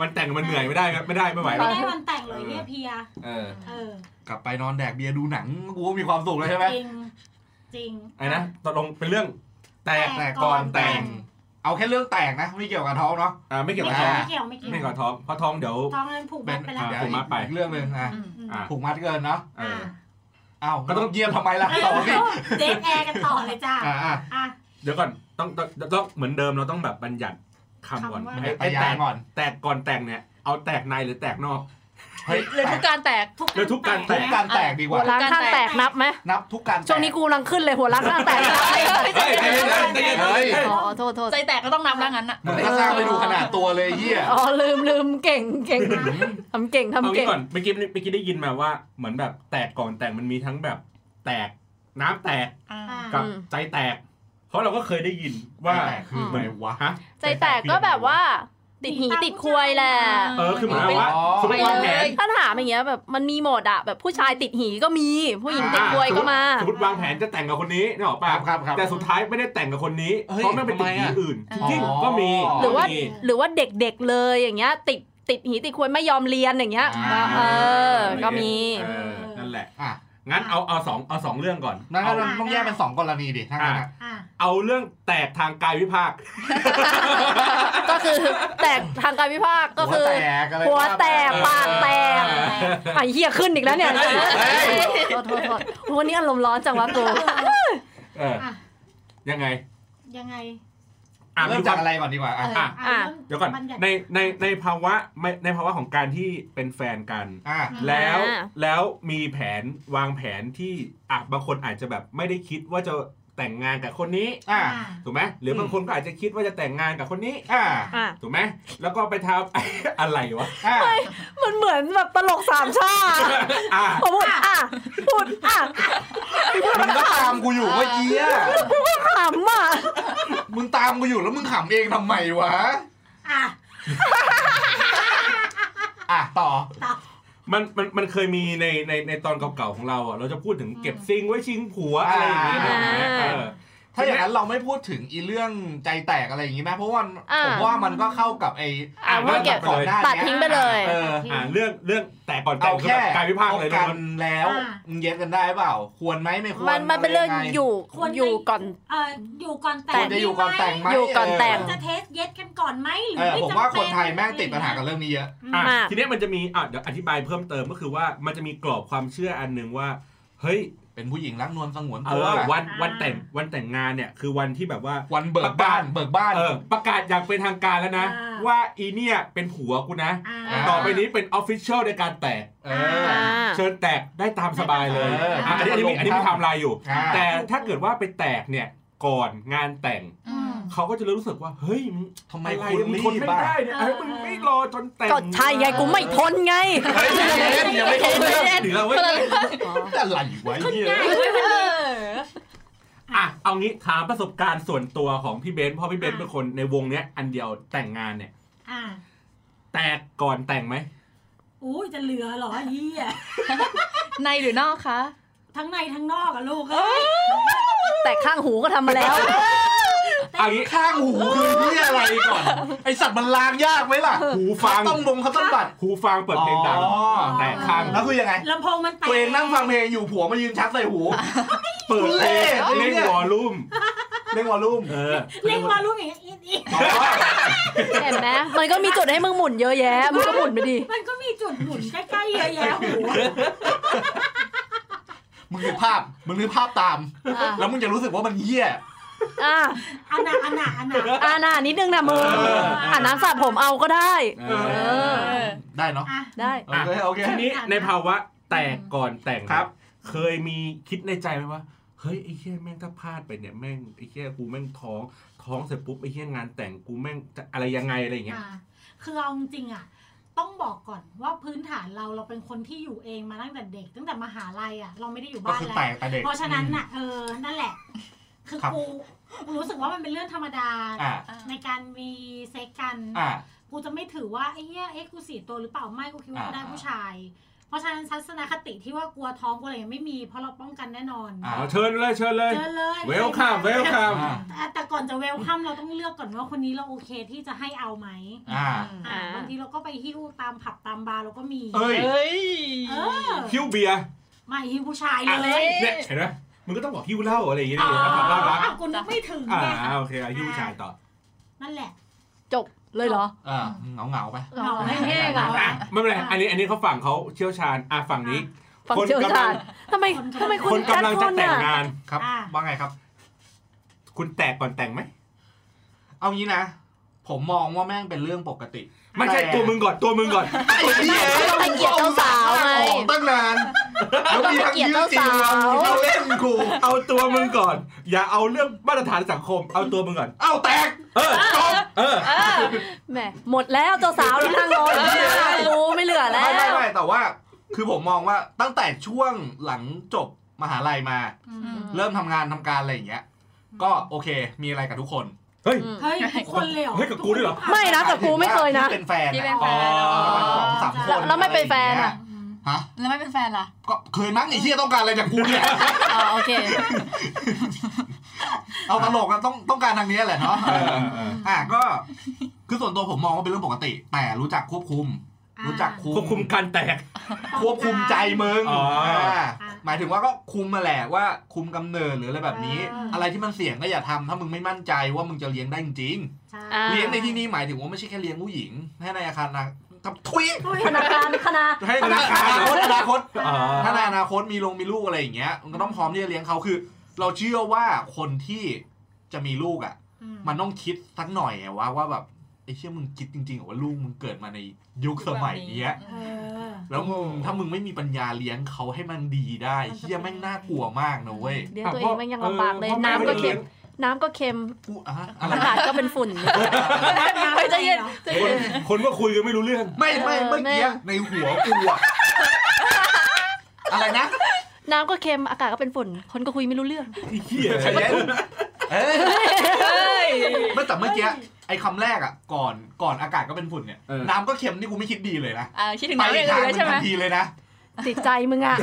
Speaker 7: วันแต่งมันเหนื่อยไม่ได้ครับไม่ได้ไม่ไหวแล้
Speaker 5: ไม่
Speaker 7: ว
Speaker 5: ได้วันแต่งเลยเนี่ยเพีย
Speaker 7: เออ
Speaker 5: เออก
Speaker 6: ลับไปนอนแดกเบียร์ดูหนังกูก็มีความสุขแล้วใช่ไหม
Speaker 5: จริงจริง
Speaker 7: ไอ้นะตกลงเป็นเรื่องแตก
Speaker 5: แต่
Speaker 6: แต่
Speaker 5: ก่
Speaker 6: ก่
Speaker 5: อ
Speaker 6: อน น
Speaker 5: แต่
Speaker 6: แต่
Speaker 5: ง
Speaker 6: ง เอาแค่เรื่องแต่งนะไม่เกี่ยวกับท้องเนาะ
Speaker 7: อ่าไม่เกี่ยว
Speaker 5: ไม่
Speaker 7: กับ
Speaker 5: เกี่
Speaker 7: ท้
Speaker 5: ยว
Speaker 7: อง
Speaker 5: ไม่เกี่ยวไม่เกี่ยว
Speaker 7: ไม่เกี่ยวกับท้องเพราะท้องเดี๋ยว
Speaker 5: ตอนนั้นผูกมัดไปแล้ว
Speaker 7: อ่ะ
Speaker 6: เดี๋ยว
Speaker 7: ผมมาไป
Speaker 6: อีกเรื่องหนึ่งอ่ะ
Speaker 4: อืม
Speaker 5: อืม
Speaker 7: อ่ะ
Speaker 6: ผูกมัดเกินเนาะ
Speaker 7: เออ
Speaker 6: อ้าว
Speaker 7: ก็ต้อง
Speaker 6: เยี่ยมทำไมล่ะต่อสิ
Speaker 5: เดทแอร์กันต่อเลยจ้า
Speaker 6: อ่ะอ่ะ
Speaker 5: อ่ะ
Speaker 7: เดี๋ยวก่อนต้องต้องต้องเหมือนเดิมเราต้องแบบบัญญัติคำก่อน
Speaker 5: คำว่า
Speaker 7: ไอ้
Speaker 6: ไป
Speaker 7: ไอ้
Speaker 6: ยา
Speaker 7: แต
Speaker 6: ย
Speaker 7: ก
Speaker 6: ก่อน
Speaker 7: แตกก่อนแต่งเนี่ยเอาแตกในหรือแตกนอก
Speaker 6: เฮ้ย
Speaker 4: เลยทุกการแตก
Speaker 5: ทุก
Speaker 7: เดี๋ยวทุกการแต่
Speaker 6: ทุ
Speaker 7: ง
Speaker 6: กการแตกดีกว่า
Speaker 3: หัวล้างข้างแตกนับไหม
Speaker 6: นับทุกการแตก
Speaker 3: ช่วงนี้กูกำลังขึ้นเลยหัวล้างข้างแตกนับไหม
Speaker 7: เฮ้ยใจเย็นๆใจเย็นๆ
Speaker 6: เฮ้ย
Speaker 3: อ๋อโทษโทษ
Speaker 4: ใจแตกก็ต้องนับแล้วงั้นอ่ะ
Speaker 6: มันก็สร้างไปดูขนาดตัวเลยเยี่ย
Speaker 3: อ๋อลืมลืมเก่งเก่งทำเก่ง
Speaker 7: เอา
Speaker 3: ทำ
Speaker 7: งี้
Speaker 3: เก่ง
Speaker 7: ก่อนเมื่อกี้เมื่อกี้ได้ยินมาว่าเหมือนแบบแตกก่อนแต่งมันมีทั้งแบบแตกน้ำแตกกับ
Speaker 3: อืม
Speaker 7: ใจแตก เพราะเราก็เคยได้ยินว่า
Speaker 6: แตกคืออะไรวะ
Speaker 7: ฮะ
Speaker 3: ใจแตกก็แบบว่า ติดหีติดควยแหละ
Speaker 7: เออคือเหมือนกับว่า
Speaker 6: อ๋อ
Speaker 7: สมมติวางแผน
Speaker 3: ถ้าถามอย่างเงี้ยแบบมันมีหมดอะแบบผู้ชายติดหีก็มี ผู้หญิงติดกลวยก็มา
Speaker 7: สมมติวางแผนจะแต่งกับคนนี้นึกออก
Speaker 6: ค
Speaker 7: ป่ะ
Speaker 6: รับครับครับ
Speaker 7: แต่สุดท้ายไม่ได้แต่งกับคนนี้
Speaker 6: เฮ้ย
Speaker 7: เพราะไม่ง
Speaker 6: ทำ
Speaker 7: ไปติด
Speaker 6: ไม
Speaker 7: ที่
Speaker 6: อะ
Speaker 7: อื่น
Speaker 4: อ๋
Speaker 7: จ
Speaker 4: อ
Speaker 7: ริงๆก็มี
Speaker 3: หรือว่า
Speaker 7: ก็มี
Speaker 3: หรือว่าเด็กๆเลยอย่างเงี้ย ติดติดหีติดควยไม่ยอมเรียนอย่างเงี้ย
Speaker 6: อ่า
Speaker 3: เออ ก็มี
Speaker 7: เออนั่นแหละ
Speaker 6: อ่ะ
Speaker 7: งั้นเอาเอาสองเอาสองเรื่องก่อน
Speaker 6: นั่นก็ต้องแยกเป็นสองกรณีดิทั้างนั้นอะ
Speaker 5: อ่ะ
Speaker 7: เอาเรื่องแตกทางกายวิภาค
Speaker 3: ก็คือแตกทางการวิพากษ์ก็คือ
Speaker 6: หัวแตก
Speaker 3: หัวแตก
Speaker 6: อะไรเออ
Speaker 3: ปากแตก
Speaker 7: เออ
Speaker 3: ไอ้เหี้ยขึ้นอีกแล้วเนี่ย
Speaker 7: เฮ้ยเฮ้ย
Speaker 3: โทษโทษโทษโอ้วันนี้อารมณ์ร้อนจังวะกู
Speaker 7: เออ
Speaker 5: อ่ะ
Speaker 7: ยังไง
Speaker 5: ยังไง
Speaker 7: อ่ะ
Speaker 6: เริ่มจากอะไรก่อนดีกว่าอ่ะ
Speaker 7: อ่ะ
Speaker 5: อ่ะ
Speaker 7: เดี๋ยวก่อน
Speaker 5: บัญญัติ
Speaker 7: ในในในภาวะไม่ในภาวะของการที่เป็นแฟนกัน
Speaker 6: อ่ะ
Speaker 5: อืม
Speaker 7: แล้วแล้วมีแผนวางแผนที่อ่ะบางคนอาจจะแบบไม่ได้คิดว่าจะแต่งงานกับคนนี้
Speaker 6: อ่ะ
Speaker 5: อ่ะ
Speaker 7: ถูกไหมหรืออ
Speaker 6: ม
Speaker 7: บางคนก็อาจจะคิดว่าจะแต่งงานกับคนนี้
Speaker 6: อ่ะ
Speaker 3: อ่ะ
Speaker 7: ถูกไหมแล้วก็ไปทำ อะไรวะ
Speaker 6: อ่ะ
Speaker 3: มันเหมือนแบบตลกสามชาติ [LAUGHS]
Speaker 7: อ่ะ
Speaker 3: ผมพูดอ่ะพูดอ่ะ
Speaker 6: มึงก็ตามกูอยู่เมื่อกี้อะ
Speaker 3: ขำอ่ะ
Speaker 6: มึงตามกูอยู่แล้วมึงขำเองทำไมวะ
Speaker 5: อ่ะ
Speaker 6: อ่ะต่อ
Speaker 7: มันมันมันเคยมีในในในตอนเก่าๆของเราอ่ะเราจะพูดถึงเก็บซิงไว้ชิงผัวอะไรอย่างเงี้ย
Speaker 6: อ่า
Speaker 7: เออ
Speaker 6: ถ้าอย่างนั้นเราไม่พูดถึงอีเรื่องใจแตกอะไรอย่างงี้ไหมเพราะว่า
Speaker 3: อ่ะ
Speaker 6: ผมว่ามันก็เข้ากับไอ้
Speaker 3: อ่ะ
Speaker 6: เรื่อง
Speaker 3: เก็บ
Speaker 6: ก่อนหน้า
Speaker 3: ตัด
Speaker 6: เนี้
Speaker 3: ทิ้ง
Speaker 6: ย
Speaker 3: ไปเลย
Speaker 6: เออ
Speaker 7: อ่ะเรื่องเรื่องแต่ก่อนแต่
Speaker 6: เอา
Speaker 7: งคือ
Speaker 6: แค่
Speaker 7: แบบกายวิภาค
Speaker 6: คบ
Speaker 7: เลย
Speaker 6: กัน
Speaker 7: นะ
Speaker 6: แล้ว
Speaker 5: อ่ะ
Speaker 6: มึงเย็ดกันได้เปล่า ควรไหมไม่ควร
Speaker 3: มันมันเป็นเรื่อง
Speaker 6: ะไ
Speaker 3: อยู่
Speaker 5: ควรไหม
Speaker 3: อยู่ก่อน
Speaker 5: เอ่ออยู่ก่อนแต่
Speaker 6: คว
Speaker 5: ง
Speaker 6: รจะอยู่ก่อนแต่งไหม
Speaker 3: อยู่ก่อนแต่ง
Speaker 5: จะเทสเย็ดกันก่อนไหมหรือ
Speaker 6: เออ
Speaker 5: ไม่
Speaker 6: ผม
Speaker 5: จำ
Speaker 6: ว่าค
Speaker 5: เป็น
Speaker 6: ไทยแม่งติดปัญหากับเรื่องนี้เยอะ
Speaker 7: อ่ะ
Speaker 3: มาก
Speaker 7: ทีเนี้ยมันจะมีอ่ะเดี๋ยวอธิบายเพิ่มเติมก็คือว่ามันจะมีกรอบความเชื่ออันหนึ่งว่า เฮ้ย
Speaker 6: เป็นผู้หญิงรักนวลสงวน
Speaker 7: เอ
Speaker 6: ตัว
Speaker 7: อวันวันแต่งวันแต่งงานเนี่ยคือวันที่แบบว่า
Speaker 6: วันเบิกบ้านเบิกบ้าน
Speaker 7: เออประกาศอย่างเป็นทางการแล้วนะ
Speaker 5: อ่า
Speaker 7: ว่าอีเนี่ยเป็นผัวกูนะ
Speaker 6: อ่า
Speaker 7: ต่อไปนี้เป็นออฟฟิเชียลในการแตก
Speaker 6: เออ
Speaker 3: อ่า
Speaker 7: เชิญแตกได้ตามสบายเลย
Speaker 6: เอออ่
Speaker 7: ะอันนี้อันนี้มีอันนี้มีไทม์ไลน์อยู่
Speaker 6: อ่า
Speaker 7: แต่ถ้าเกิดว่าไปแตกเนี่ยก่อนงานแต่ง
Speaker 4: อืม
Speaker 7: เขาก็จะเริ่มรู้สึกว่า เฮ้ยมึง
Speaker 6: ทำไม
Speaker 7: อะไร
Speaker 6: คุณ
Speaker 7: มึง
Speaker 6: รี
Speaker 7: ทน
Speaker 6: บ
Speaker 7: ไม่
Speaker 6: บ้า
Speaker 7: ได้เนี่ย
Speaker 5: เอ
Speaker 7: เอ้
Speaker 5: อ
Speaker 7: ยมึงไม่รอจนแต่ง
Speaker 3: ก็ใช่ไงกูไม่ทนไง
Speaker 6: เฮ้ยยังไม่เล่นยังไม่เข้าเรื่อง
Speaker 7: ถึงแล้วเว้ย
Speaker 6: อะไรวะเนี่ย
Speaker 5: เว้ยวันนี้
Speaker 7: อ่ะเอางี้ถามประสบการณ์ส่วนตัวของพี่เบนซ์เพราะพี่เบนซ์
Speaker 5: อ่า
Speaker 7: เป็นคนในวงเนี้ยอันเดียวแต่งงานเนี่ย
Speaker 5: อ่า
Speaker 7: แตกก่อนแต่งไหม
Speaker 5: อู้ยจะเหลือเหรอเฮีย
Speaker 4: ในหรือนอกคะ
Speaker 5: ทั้งในทั้งนอกอะลูกเอ้ย
Speaker 3: แต่ข้างหูก็ทำมาแล้ว
Speaker 7: เอางี้
Speaker 6: ข้างหูคือเนี่ยอะไรก่อน ไอสัตว์มันลางยากไหมล่ะ
Speaker 7: หูฟัง
Speaker 6: ต้องบงเขาต้องบัตร
Speaker 7: หูฟังเปิดเพลงดัง
Speaker 6: อ๋อ
Speaker 7: แต่ข้าง
Speaker 6: แล้วคือยังไง
Speaker 5: ลำโพงมันแตก
Speaker 6: ตัวเองนั่งฟังเพลงอยู่ผัวมายืนชักใส่หู
Speaker 7: เปิดเพลง
Speaker 6: ทุเรศ
Speaker 7: เล่นวอลลุ่ม
Speaker 6: เล่นวอลลุ่ม
Speaker 7: เออ
Speaker 5: เล่นวอลลุ่มอย่างเงี้ยอีดอีด
Speaker 6: อ๋อ
Speaker 3: เห็นไหมมันก็มีจุดให้มึงหมุนเยอะแยะ มึงก็หมุนไปดิ
Speaker 5: มันก็มีจุดหมุนใกล้ๆเยอะแยะหู
Speaker 6: มึงนึกภาพ มึงนึกภาพตาม
Speaker 3: อ่ะ
Speaker 6: แล้วมึงจะรู้สึกว่ามันเหี้ย
Speaker 3: อ่ะ
Speaker 5: [LAUGHS] อันน่ะอันน่ะอันน่ะ
Speaker 3: อ่าน่ะนิดนึงนะมึงอ่าน้ำสระผมเอาก็ได้
Speaker 7: เออ
Speaker 3: เออ
Speaker 6: ได้เนาะ
Speaker 5: อ่ะ
Speaker 3: ได้
Speaker 6: โอเคโอเค
Speaker 7: ทีนี้ในภาวะแตกก่อนแต่ง
Speaker 6: ครับ
Speaker 7: เคยมีคิดในใจไหมว่า เฮ้ยไอ้แค่แม่งถ้าพลาดไปเนี่ยแม่งไอ้แค่กูแม่งท้องท้องเสร็จปุ๊บไอ้แค่งานแต่งกูแม่งจะอะไรยังไงอะไรอย่างเงี้ย
Speaker 5: อ่าคือเอาจริงๆอ่ะ ต้องบอกก่อนว่าพื้นฐานเราเราเป็นคนที่อยู่เองมาตั้งแต่เด็ก ตั้งแต่มหาลัยอ่ะ เราไม่ได้อยู่
Speaker 6: ก็
Speaker 5: บ้าน
Speaker 6: คือ
Speaker 5: แล้ว
Speaker 6: แต่แต่เด็ก
Speaker 5: เพราะฉะนั้นน่ะเออนั่นแหละ คือ
Speaker 6: ครับ
Speaker 5: กูกูรู้สึกว่ามันเป็นเรื่องธรรมดา
Speaker 6: อ่า
Speaker 5: ในการมีเซ็กกัน
Speaker 6: อ่า
Speaker 5: กูจะไม่ถือว่าไอ้เนี้ยเอ็กซ์กูสีตัวหรือเปล่าไม่กูคิดว่า
Speaker 6: อ่า
Speaker 5: กูได้ผู้ชาย เพราะฉะนั้นทัศนคติที่ว่ากลัวท้องกลัวอะไรไม่มีเพราะเราป้องกันแน่นอน
Speaker 6: อ่า
Speaker 7: เอาเชิญเลยเชิญเลย
Speaker 5: เจอเลย
Speaker 7: เวลคัมเวลคัม
Speaker 6: อ่า
Speaker 5: แต่แต่ก่อนจะเวลคัมเราต้องเลือกก่อนว่าคนนี้เราโอเคที่จะให้เอาไหม
Speaker 6: อ่า
Speaker 5: อ่ะ
Speaker 3: อ่า
Speaker 5: บางทีเราก็ไปหิ้วตามผับตามบาร์เราก็มี
Speaker 6: เอ้ย
Speaker 4: เอ้ย
Speaker 5: เออ
Speaker 7: คิวเบียร์
Speaker 5: ไม่หิ้วผู้ชาย
Speaker 7: อ่ะ
Speaker 5: เล
Speaker 7: เนี่ย
Speaker 5: ย
Speaker 7: เนี่ยเห็นไหมมึงก็ต้องบอกคิวเหล้าอะไรอย่างเงี้ย
Speaker 5: อ๋อ
Speaker 7: ดิเอาความรัก
Speaker 5: กูนึกไม่ถึง
Speaker 7: อ่า
Speaker 5: ไง
Speaker 7: โอเคเอาคิวผู้ชายต่อ
Speaker 5: นั่นแหละ
Speaker 3: จบเลยเหรอ
Speaker 6: อ่าเหงาเหงาๆไป
Speaker 5: เหงาแห้ง
Speaker 3: ๆอ่ะ
Speaker 7: อ่ะไม่เป็นไรอันนี้อันนี้เขาฝั่งเขาเชี่ยวชาญอ่ะฝั่งนี้
Speaker 3: ฝั่งเชี่ยวชาญทำไมทำไมคุ
Speaker 7: ค
Speaker 3: ณ
Speaker 7: น
Speaker 3: กัด
Speaker 7: กำลัง
Speaker 3: ค
Speaker 7: จะ
Speaker 3: น
Speaker 7: แต่ง
Speaker 3: อ่ะ
Speaker 7: งาน
Speaker 6: ครับ
Speaker 5: อ่า
Speaker 6: ว่าไงครับ
Speaker 7: คุณแตกก่อนแต่งไหม
Speaker 6: เอางี้นะ ผมมองว่าแม่งเป็นเรื่องปกติ
Speaker 7: ไม่ใช่
Speaker 6: แต่
Speaker 7: ตัวมึงก่อนตัวมึงก่อน
Speaker 6: ไอ้เหี้ย
Speaker 3: ตะเกียบเจ้าสาวไง
Speaker 6: ของตั้งนานแล้วมีทั้งยืดจีวรมีทั้งเล่นกู
Speaker 7: เอาตัวมึงก่อน อย่าเอาเรื่องมาตรฐานสังคม เอาตัวมึงก่อน
Speaker 6: เอ้าแตก
Speaker 7: เออจบเออ
Speaker 3: แหมหมดแล้วเจ้าสาวที่นั่งรออยู่ที่ร้านกูไม่เหลือแล้
Speaker 6: ไม่ไม่
Speaker 3: ว
Speaker 6: ไม่แต่ว่า คือผมมองว่าตั้งแต่ช่วงหลังจบมหาลัยมา
Speaker 5: อืม
Speaker 6: เริ่มทำงานทำการอะไรอย่างเงี้ย ก็โอเค มีอะไรกับทุกคน
Speaker 7: เฮ้ย
Speaker 5: เฮ้ยทุกคนเลยเหรอ
Speaker 7: เฮ้ยกับกูด้วยเหรอ
Speaker 3: ไม่นะกับกูไม่เคยนะ
Speaker 6: ที่เป็นแฟน
Speaker 4: ที่เป็นแฟน
Speaker 6: อ๋อประมาณสองสามคน
Speaker 3: แล้วไม่เป็นแฟนอะ
Speaker 6: ไรย่างเงี้ย
Speaker 5: อืม
Speaker 6: ฮะ
Speaker 4: แล้วไม่เป็นแฟนล่ะ
Speaker 6: ก็เคยมั้งไอ้ที่ต้องการอะไรจากกูเนี่ย
Speaker 4: อ๋อโอเค
Speaker 6: เอาตลกอะต้องต้องการทางเนี้ยแหละเนาะ
Speaker 7: เออเออ
Speaker 6: อ่ะก็ คือส่วนตัวผมมองว่าเป็นเรื่องปกติ แต่รู้จักควบคุม
Speaker 5: อ่า
Speaker 6: รู้จักคุม
Speaker 7: ควบคุมการแตก
Speaker 6: ควบคุมใจมึง
Speaker 7: อ๋ออ่
Speaker 6: าหมายถึงว่าก็คุมมาแหละว่าคุมกำเนิดหรืออะไรแบบนี้
Speaker 5: อ่า
Speaker 6: อะไรที่มันเสี่ยงก็อย่าทำถ้ามึงไม่มั่นใจว่ามึงจะเลี้ยงได้จริง
Speaker 5: ใช่
Speaker 3: อ่า
Speaker 6: ๆเลี้ยงในที่นี้หมายถึงว่าไม่ใช่แค่เลี้ยงผู้หญิงให้ในอาคารนะทำทุย
Speaker 3: ธนาคารคณะ
Speaker 7: ให้ธนาคาร
Speaker 6: อ
Speaker 7: เห
Speaker 6: ตอ
Speaker 7: รอ
Speaker 6: นาคต
Speaker 7: อ๋อ
Speaker 6: ถ้าในอนาคตมีลงมีลูกอะไรอย่างเงี้ยมันก็ต้องพร้อมที่จะเลี้ยงเขาคือ เราเชื่อว่าคนที่จะมีลูกอ่ะ
Speaker 5: อืม
Speaker 6: มันต้องคิดสักหน่อยอะว่าว่าแบบไอ้เชื่อมึงคิดจริงๆเหรอว่าลูกมึงเกิดมาในยุคสมัยเนี้ย
Speaker 5: เออ
Speaker 6: แล้วมึงถ้ามึงไม่มีปัญญาเลี้ยงเขาให้มันดีได้
Speaker 5: มันจะ
Speaker 6: เฮียแม่งน่ากลัวมากนะเว้ย
Speaker 3: เดี๋ยวตัวเองมันยังลำบากเลย
Speaker 7: ออ
Speaker 3: น้ำก็เค็ม
Speaker 7: พ
Speaker 3: น้ำก็เค็ม
Speaker 6: กู
Speaker 3: [LAUGHS]
Speaker 6: อะอะไร
Speaker 3: อากาศก็เป็นฝุ่น
Speaker 5: เฮ้
Speaker 3: เฮ้
Speaker 5: ย
Speaker 3: ย
Speaker 5: ใจ
Speaker 3: ใจ
Speaker 5: เย็
Speaker 3: เย็
Speaker 5: น
Speaker 3: น
Speaker 7: ่อแม่ก็เลี้ยงคนคนก็คุยกันไม่รู้เรื่อง
Speaker 6: ไม่ไม่
Speaker 3: เออ
Speaker 6: เมื่อกี้
Speaker 3: แม่
Speaker 6: ในหัวกู
Speaker 3: [LAUGHS]
Speaker 6: อะอะไรนะ
Speaker 3: น้ำก็เค็ม อากาศก็เป็นฝุ่น คนก็คุยไม่รู้เรื่อง
Speaker 7: ไอ้เหี้ย
Speaker 6: ใจเย็นเอ้ย
Speaker 4: เฮ้ย
Speaker 6: ไม่แต่เมื่อกี้ไอ้คำแรกอะก่อนก่อนอากาศก็เป็นฝุ่นเนี่ย
Speaker 7: เออ
Speaker 6: น้ำก็เค็มนี่กูไม่คิดดีเลยนะ
Speaker 4: อ่าคิดถึง
Speaker 6: ไป
Speaker 4: น้ำอ
Speaker 6: อี
Speaker 4: ย่าก ง
Speaker 6: ทาง
Speaker 4: อื่นแล้ว
Speaker 6: หนึ่ง
Speaker 4: ใช่ไหม
Speaker 6: ทันทีเลยนะ
Speaker 3: ติดใจมึงอ่ะ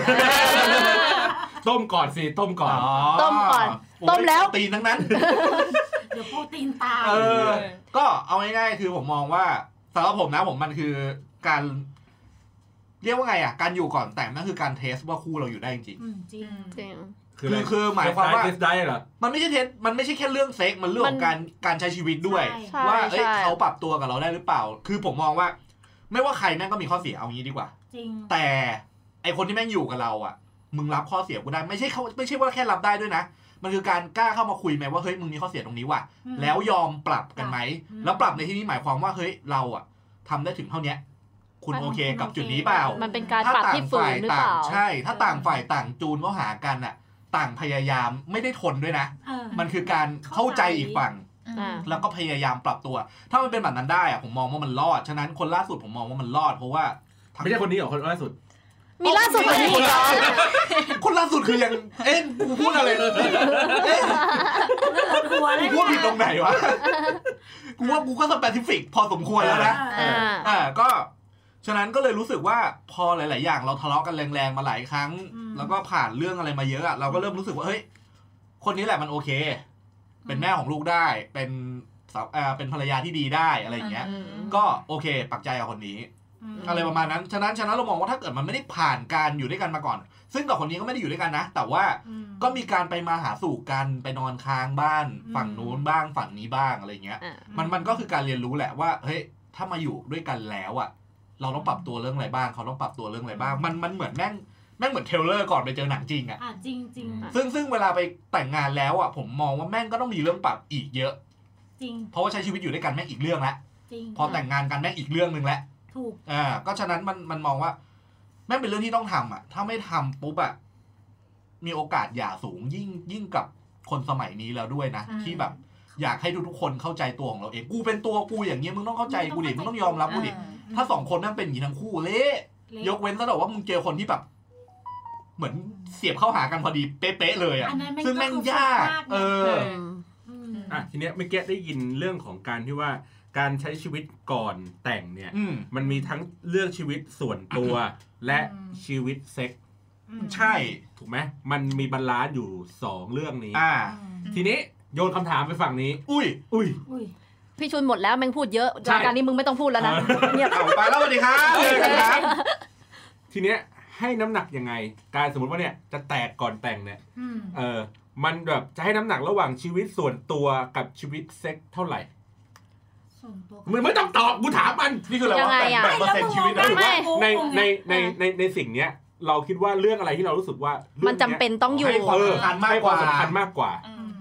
Speaker 7: ต้มก่อนสิต้มก่อน
Speaker 3: ต้มก่อนต้มแล้ว
Speaker 6: ตีนทั้งนั้น
Speaker 5: เดี๋ยวโปรตีนตาย
Speaker 6: เออ ก็เอาง่ายๆ คือผมมองว่าสำหรับผมนะผมมันคือการ เรียกว่าไงอ่ะ การอยู่ก่อนแต่งนั่นคือการเทสว่าคู่เราอยู่ได้จริง
Speaker 5: อืมจริง
Speaker 3: จริง
Speaker 7: คืออะไร
Speaker 6: คือคือหมายความว่า
Speaker 7: เทสได้เหรอ
Speaker 6: ๆมันไม่ใช่เทสมันไม่ใช่แค่เรื่องเซ็กมันเรื่องของ
Speaker 3: มัน
Speaker 6: การการใช้ชีวิตด้วย
Speaker 5: ใช่
Speaker 6: ว่าเอ้ย
Speaker 3: ใช่
Speaker 6: เขาปรับตัวกับเราได้หรือเปล่า คือผมมองว่า ไม่ว่าใครแม่งก็มีข้อเสียเอางี้ดีกว่า
Speaker 5: จริง
Speaker 6: แต่ไอคนที่แม่งอยู่กับเราอ่ะ มึงรับข้อเสียกูได้ไม่ใช่เขาไม่ใช่ว่าแค่รับได้ด้วยนะ มันคือการกล้าเข้ามาคุยไหมว่าเฮ้ยมึงมีข้อเสียตรงนี้ว่ะ
Speaker 5: อืม
Speaker 6: แล้วยอมปรับกันไหม
Speaker 5: อืม
Speaker 6: แล้วปรับในที่นี้หมายความว่าเฮ้ยเราอะทำได้ถึงเท่าเนี้ย คุณโอเคกับจุดนี้เปล่า
Speaker 3: มันเป็นการปรับที่ฝื
Speaker 6: ฝ่าน ย
Speaker 3: หรือเป
Speaker 6: ต่าง
Speaker 3: ล่า
Speaker 6: ใช่ ถ้าต่างฝ่ายต่างจูนเข้าหากันอะต่างพยายามไม่ได้ทนด้วยนะ
Speaker 5: เออ
Speaker 6: มันคือการเข้าใจอีกฝั่ง
Speaker 4: อืม
Speaker 3: อ่า
Speaker 6: แล้วก็พยายามปรับตัว ถ้ามันเป็นแบบนั้นได้อะผมมองว่ามันรอด ฉะนั้นคนล่าสุดผมมองว่ามันรอด เพราะว่าทั้ง
Speaker 7: ไม่ใช่คนนี้เหรอคนล่าสุด
Speaker 3: มีล่าสุดกว่านี้อีกเหรอ
Speaker 6: คนล่าสุดคือยัง เอ๊ะกูพูดอะไรเลยเอ๊ะ
Speaker 5: หัวเลย
Speaker 6: กูพูดผิดตรงไหนวะ กูว่ากูก็สเปซิฟิกพอสมควรแล้วนะ
Speaker 3: อ่า
Speaker 6: อ่าก็ฉะนั้นก็เลยรู้สึกว่าพอหลาย ๆ อย่างเราทะเลาะกันแรงๆมาหลายครั้ง
Speaker 5: อืม
Speaker 6: แล้วก็ผ่านเรื่องอะไรมาเยอะอะเราก็เริ่มรู้สึกว่าเฮ้ยคนนี้แหละมันโอเค เป็นแม่ของลูกได้ เป็นสาวเอ่อเป็นภรรยาที่ดีได้อะไรอย่างเงี้ย ก็โอเค ปักใจกับคนนี้ อะไรประมาณนั้น ฉะนั้นฉะนั้นเรามองว่าถ้าเกิดมันไม่ได้ผ่านการอยู่ด้วยกันมาก่อน ซึ่งกับคนนี้ก็ไม่ได้อยู่ด้วยกันนะ แต่ว่า
Speaker 5: อืม
Speaker 6: ก็มีการไปมาหาสู่กันไปนอนค้างบ้าน
Speaker 5: อืม
Speaker 6: ฝั่งนู้นบ้างฝั่งนี้บ้างอะไรอย่างเงี้ย
Speaker 3: อ่า
Speaker 6: มันมันก็คือการเรียนรู้แหละว่าเฮ้ยถ้ามาอยู่ด้วยกันแล้วอะเราต้องปรับตัวเรื่องอะไรบ้าง เขาต้องปรับตัวเรื่องอะไรบ้าง มันมันเหมือนแม่งแม่งเหมือนเทรลเลอร์ก่อนไปเจอหนังจริงอะ
Speaker 5: อ่ะจริงจริง
Speaker 3: อ่ะ
Speaker 6: ซึ่งซึ่งเวลาไปแต่งงานแล้วอะผมมองว่าแม่งก็ต้องมีเรื่องปรับอีกเยอะ
Speaker 5: จริง
Speaker 6: เพราะว่าใช้ชีวิตอยู่ด้วยกันแม่งอีกเรื่องละ
Speaker 5: จริง
Speaker 6: พอแต่งงานกันแม่งอีกเรื่องหนึ่งละ
Speaker 5: ถูก
Speaker 6: อ่าก็ฉะนั้นมันมันมองว่า แม่งเป็นเรื่องที่ต้องทำอะถ้าไม่ทำปุ๊บอะมีโอกาสหย่าสูงยิ่งยิ่งกับคนสมัยนี้แล้วด้วยนะที่แบบ อยากให้ทุกๆคนเข้าใจตัวของเราเอง กูเป็นตัวกูอย่างเงี้ยมึงต้องเข้าใจกูดิ มึงต้องยอมรับกูดิ ถ้าสองคนนั่งเป็นอย่างนี้ทั้งคู่เละ
Speaker 5: เละ
Speaker 6: ยกเว้นซะแต่ว่ามึงเจอคนที่แบบ เหมือนเสียบเข้าหากันพอดีเป๊ะๆเลยอ่ะ
Speaker 5: อันนั้น
Speaker 6: ซึ่งแม่งยาก เออ
Speaker 5: อืม
Speaker 7: อ่ะทีเนี้ยเมื่อกี้ได้ยินเรื่องของการที่ว่าการใช้ชีวิตก่อนแต่งเนี่ย
Speaker 6: อืม
Speaker 7: มันมีทั้งเลือกชีวิตส่วนตัวและชีวิตเซ็กซ์
Speaker 5: อืม
Speaker 6: ใช่
Speaker 7: ถูกไหมมันมีบาลานซ์อยู่สองเรื่องนี้
Speaker 6: อ่า
Speaker 7: ทีนี้โยนคำถามไปฝั่งนี้
Speaker 6: อุ้ย
Speaker 7: อุ้ย
Speaker 5: อุ้ย
Speaker 3: พี่ชุนหมดแล้วแม่งพูดเยอะ
Speaker 7: ใช่
Speaker 3: รายการนี้มึงไม่ต้องพูดแล้วนะเงียบ
Speaker 6: เอาไปแล้วสวัสดีครับสวัสดีครับ
Speaker 7: ทีเนี้ยให้น้ำหนักยังไง การสมมติว่าเนี่ยจะแตกก่อนแต่งเนี่ย
Speaker 5: อืม
Speaker 7: เออมันแบบจะให้น้ำหนักระหว่างชีวิตส่วนตัวกับชีวิตเซ็กซ์เท่าไหร่
Speaker 5: ส่วนตัว
Speaker 7: มึงไม่ต้องตอบกูถามมัน
Speaker 6: นี่คืออะไร
Speaker 3: ยั
Speaker 6: วะ
Speaker 3: งไง
Speaker 6: แต่ง
Speaker 3: อะ
Speaker 6: แบบเปอร์เซ็นต์ชีวิตเลย
Speaker 3: ไม่
Speaker 7: ในในในในในสิ่งเนี้ยเราคิดว่าเรื่องอะไรที่เรารู้สึกว่า
Speaker 3: มั
Speaker 7: มัน
Speaker 3: จำเป็นต้องอยู่
Speaker 6: ให้ความสำคัญมากกว่า
Speaker 7: สำคัญมากกว่า
Speaker 4: อืม